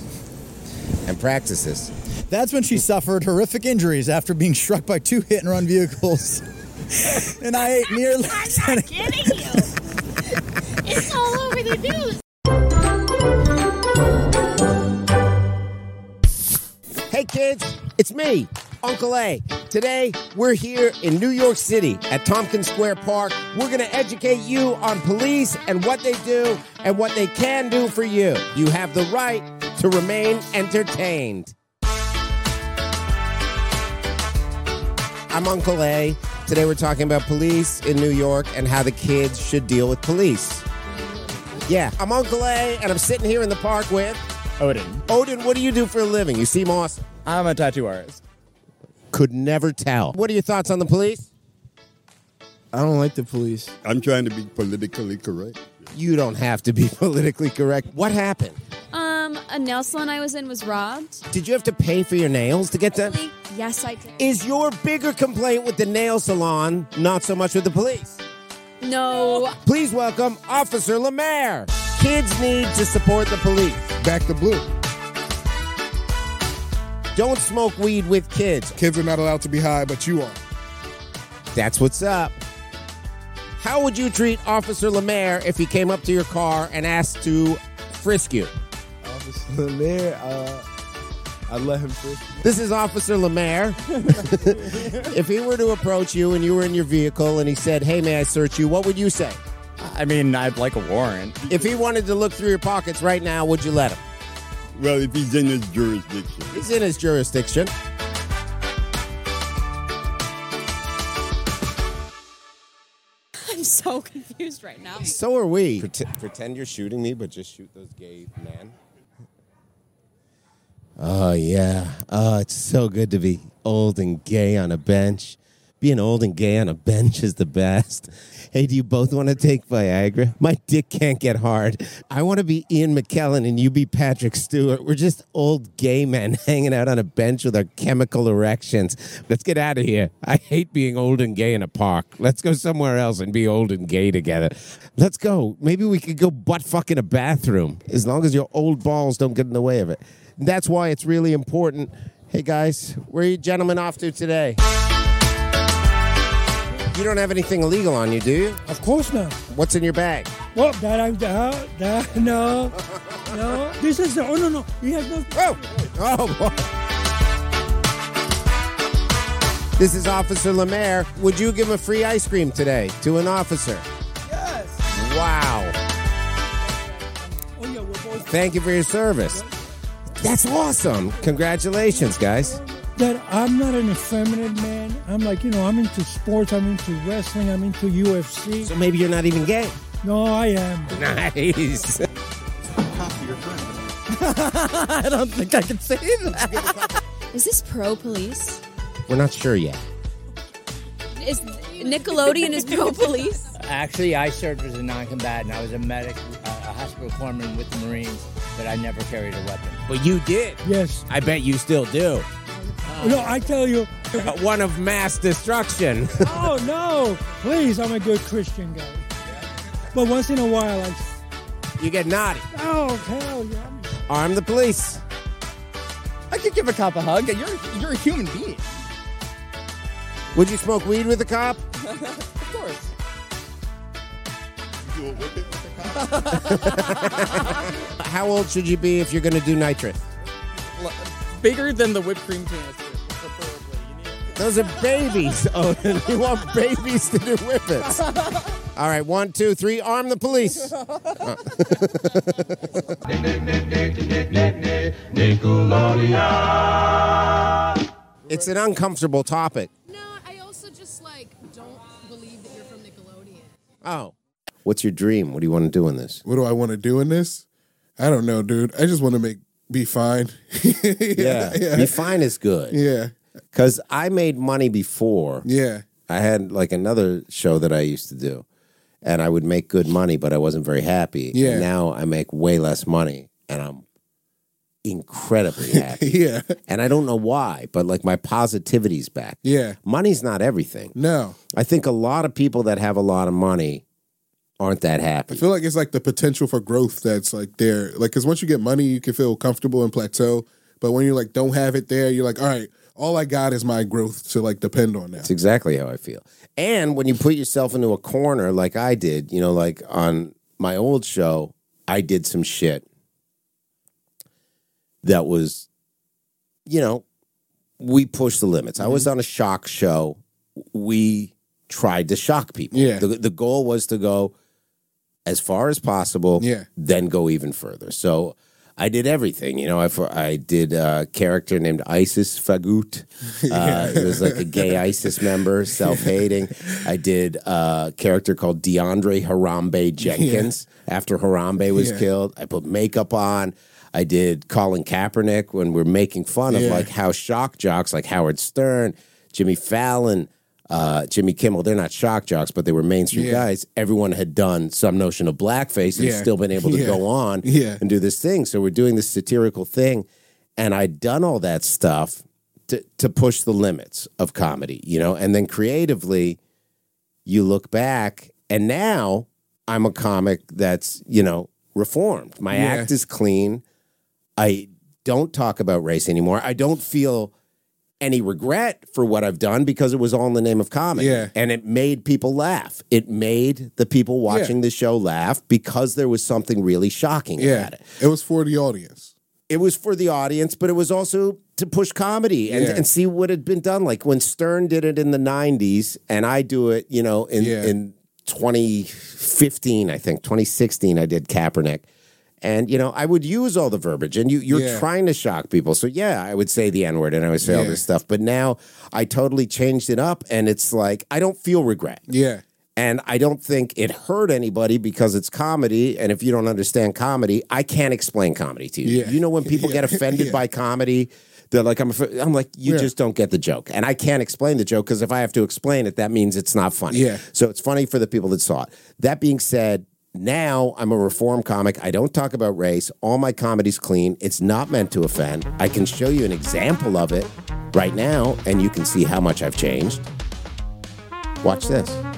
[SPEAKER 1] And practices.
[SPEAKER 10] That's when she suffered horrific injuries after being struck by two hit and run vehicles. and I ate nearly. I'm not
[SPEAKER 15] kidding you. it's all over the news.
[SPEAKER 1] Hey kids, it's me, Uncle A. Today, we're here in New York City at Tompkins Square Park. We're going to educate you on police and what they do and what they can do for you. You have the right to remain entertained. I'm Uncle A. Today, we're talking about police in New York and how the kids should deal with police. Yeah, I'm Uncle A, and I'm sitting here in the park with Odin. Odin, what do you do for a living? You seem awesome. I'm a tattoo artist. Could never tell. What are your thoughts on the police?
[SPEAKER 2] I don't like the police. I'm trying to be politically correct.
[SPEAKER 1] You don't have to be politically correct. What happened?
[SPEAKER 4] Um, a nail salon I was in was robbed.
[SPEAKER 1] Did you have to pay for your nails to get them?
[SPEAKER 4] Yes, I did.
[SPEAKER 1] Is your bigger complaint with the nail salon, not so much with the police?
[SPEAKER 4] No.
[SPEAKER 1] Please welcome Officer Lemaire. Kids need to support the police. Back to blue. Don't smoke weed with kids.
[SPEAKER 2] Kids are not allowed to be high, but you are.
[SPEAKER 1] That's what's up. How would you treat Officer Lemaire if he came up to your car and asked to frisk you?
[SPEAKER 2] Officer Lemaire, uh, I let him frisk me.
[SPEAKER 1] This is Officer Lemaire. if he were to approach you and you were in your vehicle and he said, Hey, may I search you? What would you say? I mean, I'd like a warrant. If he wanted to look through your pockets right now, would you let him?
[SPEAKER 2] Well, if he's in his jurisdiction.
[SPEAKER 1] He's in his jurisdiction.
[SPEAKER 4] I'm so confused right now.
[SPEAKER 9] So are we.
[SPEAKER 19] Pretend, pretend you're shooting me, but just shoot those gay men.
[SPEAKER 1] Oh, yeah. Oh, it's so good to be old and gay on a bench. Being old and gay on a bench is the best. Hey, do you both want to take Viagra? My dick can't get hard. I want to be Ian McKellen and you be Patrick Stewart. We're just old gay men hanging out on a bench with our chemical erections. Let's get out of here. I hate being old and gay in a park. Let's go somewhere else and be old and gay together. Let's go. Maybe we could go butt fuck in a bathroom as long as your old balls don't get in the way of it. That's why it's really important. Hey guys, where are you gentlemen off to today? You don't have anything illegal on you, do you?
[SPEAKER 20] Of course not.
[SPEAKER 1] What's in your bag?
[SPEAKER 20] What? That I'm that, that no, no. This is the oh no no. You have no.
[SPEAKER 1] Oh, oh. This is Officer Lemaire. Would you give a free ice cream today to an officer? Yes. Wow.
[SPEAKER 20] Oh yeah, we're both.
[SPEAKER 1] Thank you for your service. That's awesome. Congratulations, guys.
[SPEAKER 20] That I'm not an effeminate man. I'm like you know. I'm into sports. I'm into wrestling. I'm into UFC. So
[SPEAKER 1] maybe you're not even gay.
[SPEAKER 20] No, I am.
[SPEAKER 1] Nice. I don't think I can say that.
[SPEAKER 4] Is this pro police?
[SPEAKER 1] We're not sure yet.
[SPEAKER 4] Is Nickelodeon is pro police?
[SPEAKER 31] Actually, I served as a non-combatant. I was a medic, uh, a hospital corpsman with the Marines, but I never carried a weapon.
[SPEAKER 1] But you did.
[SPEAKER 20] Yes.
[SPEAKER 1] I bet you still do.
[SPEAKER 20] No, I tell you.
[SPEAKER 1] One of mass destruction.
[SPEAKER 20] oh no! Please, I'm a good Christian guy. But once in a while, I.
[SPEAKER 1] you get naughty.
[SPEAKER 20] Oh hell yeah!
[SPEAKER 1] Arm the police.
[SPEAKER 31] I could give a cop a hug. You're you're a human being.
[SPEAKER 1] Would you smoke weed with a cop?
[SPEAKER 31] of course.
[SPEAKER 1] How old should you be if you're going to do nitrous?
[SPEAKER 32] Bigger than the whipped cream canister.
[SPEAKER 1] Those are babies, Odin. You want babies to do whippets. All right, one, two, three, arm the police. Uh. it's an uncomfortable topic.
[SPEAKER 33] I also just like don't believe that you're from Nickelodeon.
[SPEAKER 1] Oh. What's your dream? What do you want to do in this?
[SPEAKER 2] What do I want to do in this? I don't know, dude. I just want to make be fine. yeah,
[SPEAKER 1] Yeah. Be fine is good.
[SPEAKER 2] Yeah.
[SPEAKER 1] Because I made money before.
[SPEAKER 2] Yeah.
[SPEAKER 1] I had like another show that I used to do, and I would make good money, but I wasn't very happy.
[SPEAKER 2] Yeah.
[SPEAKER 1] And now I make way less money, and I'm incredibly happy.
[SPEAKER 2] yeah.
[SPEAKER 1] And I don't know why, but like my positivity's back.
[SPEAKER 2] Yeah.
[SPEAKER 1] Money's not everything.
[SPEAKER 2] No.
[SPEAKER 1] I think a lot of people that have a lot of money aren't that happy.
[SPEAKER 2] I feel like it's like the potential for growth that's like there. Like, because once you get money, you can feel comfortable and plateau. But when you like don't have it there, you're like, all right, all I got is my growth to like depend on now.
[SPEAKER 1] That's exactly how I feel. And when you put yourself into a corner like I did, you know, like on my old show, I did some shit that was, you know, we pushed the limits. I
[SPEAKER 2] Mm-hmm.
[SPEAKER 1] was on a shock show. We tried to shock people.
[SPEAKER 2] Yeah.
[SPEAKER 1] The, the goal was to go as far as possible,
[SPEAKER 2] Yeah.
[SPEAKER 1] then go even further. So I did everything. You know, I, for, I did a character named Isis Fagut. Uh, it was like a gay ISIS member, self hating. I did a character called DeAndre Harambe Jenkins after Harambe was
[SPEAKER 2] Yeah.
[SPEAKER 1] killed. I put makeup on. I did Colin Kaepernick when we're making fun of
[SPEAKER 2] Yeah.
[SPEAKER 1] like how shock jocks like Howard Stern, Jimmy Fallon, uh, Jimmy Kimmel, they're not shock jocks, but they were mainstream
[SPEAKER 2] Yeah.
[SPEAKER 1] guys. Everyone had done some notion of blackface and
[SPEAKER 2] Yeah.
[SPEAKER 1] still been able to
[SPEAKER 2] Yeah.
[SPEAKER 1] go on
[SPEAKER 2] Yeah.
[SPEAKER 1] and do this thing. So we're doing this satirical thing. And I'd done all that stuff to, to push the limits of comedy, you know? And then creatively, you look back and now I'm a comic that's, you know, reformed. My
[SPEAKER 2] Yeah.
[SPEAKER 1] act is clean. I don't talk about race anymore. I don't feel any regret for what I've done because it was all in the name of comedy.
[SPEAKER 2] Yeah.
[SPEAKER 1] And it made people laugh. It made the people watching the show laugh because there was something really shocking
[SPEAKER 2] Yeah.
[SPEAKER 1] about it.
[SPEAKER 2] It was for the audience.
[SPEAKER 1] It was for the audience, but it was also to push comedy and,
[SPEAKER 2] Yeah.
[SPEAKER 1] and see what had been done. Like when Stern did it in the 90s and I do it, you know, in,
[SPEAKER 2] Yeah.
[SPEAKER 1] in 2015, I think, 2016, I did Kaepernick. And, you know, I would use all the verbiage and you, you're
[SPEAKER 2] Yeah.
[SPEAKER 1] trying to shock people. So, yeah, I would say the N word and I would say all
[SPEAKER 2] Yeah.
[SPEAKER 1] this stuff. But now I totally changed it up and it's like, I don't feel regret.
[SPEAKER 2] Yeah.
[SPEAKER 1] And I don't think it hurt anybody because it's comedy. And if you don't understand comedy, I can't explain comedy to you.
[SPEAKER 3] Yeah.
[SPEAKER 1] You know when people
[SPEAKER 3] Yeah.
[SPEAKER 1] get offended
[SPEAKER 3] Yeah.
[SPEAKER 1] by comedy, they're like, "I'm," affe- I'm like, you
[SPEAKER 3] Yeah.
[SPEAKER 1] just don't get the joke, and I can't explain the joke because if I have to explain it, that means it's not funny.
[SPEAKER 3] Yeah.
[SPEAKER 1] So it's funny for the people that saw it. That being said, now I'm a reform comic. I don't talk about race. All my comedy's clean. It's not meant to offend. I can show you an example of it right now, and you can see how much I've changed. Watch this.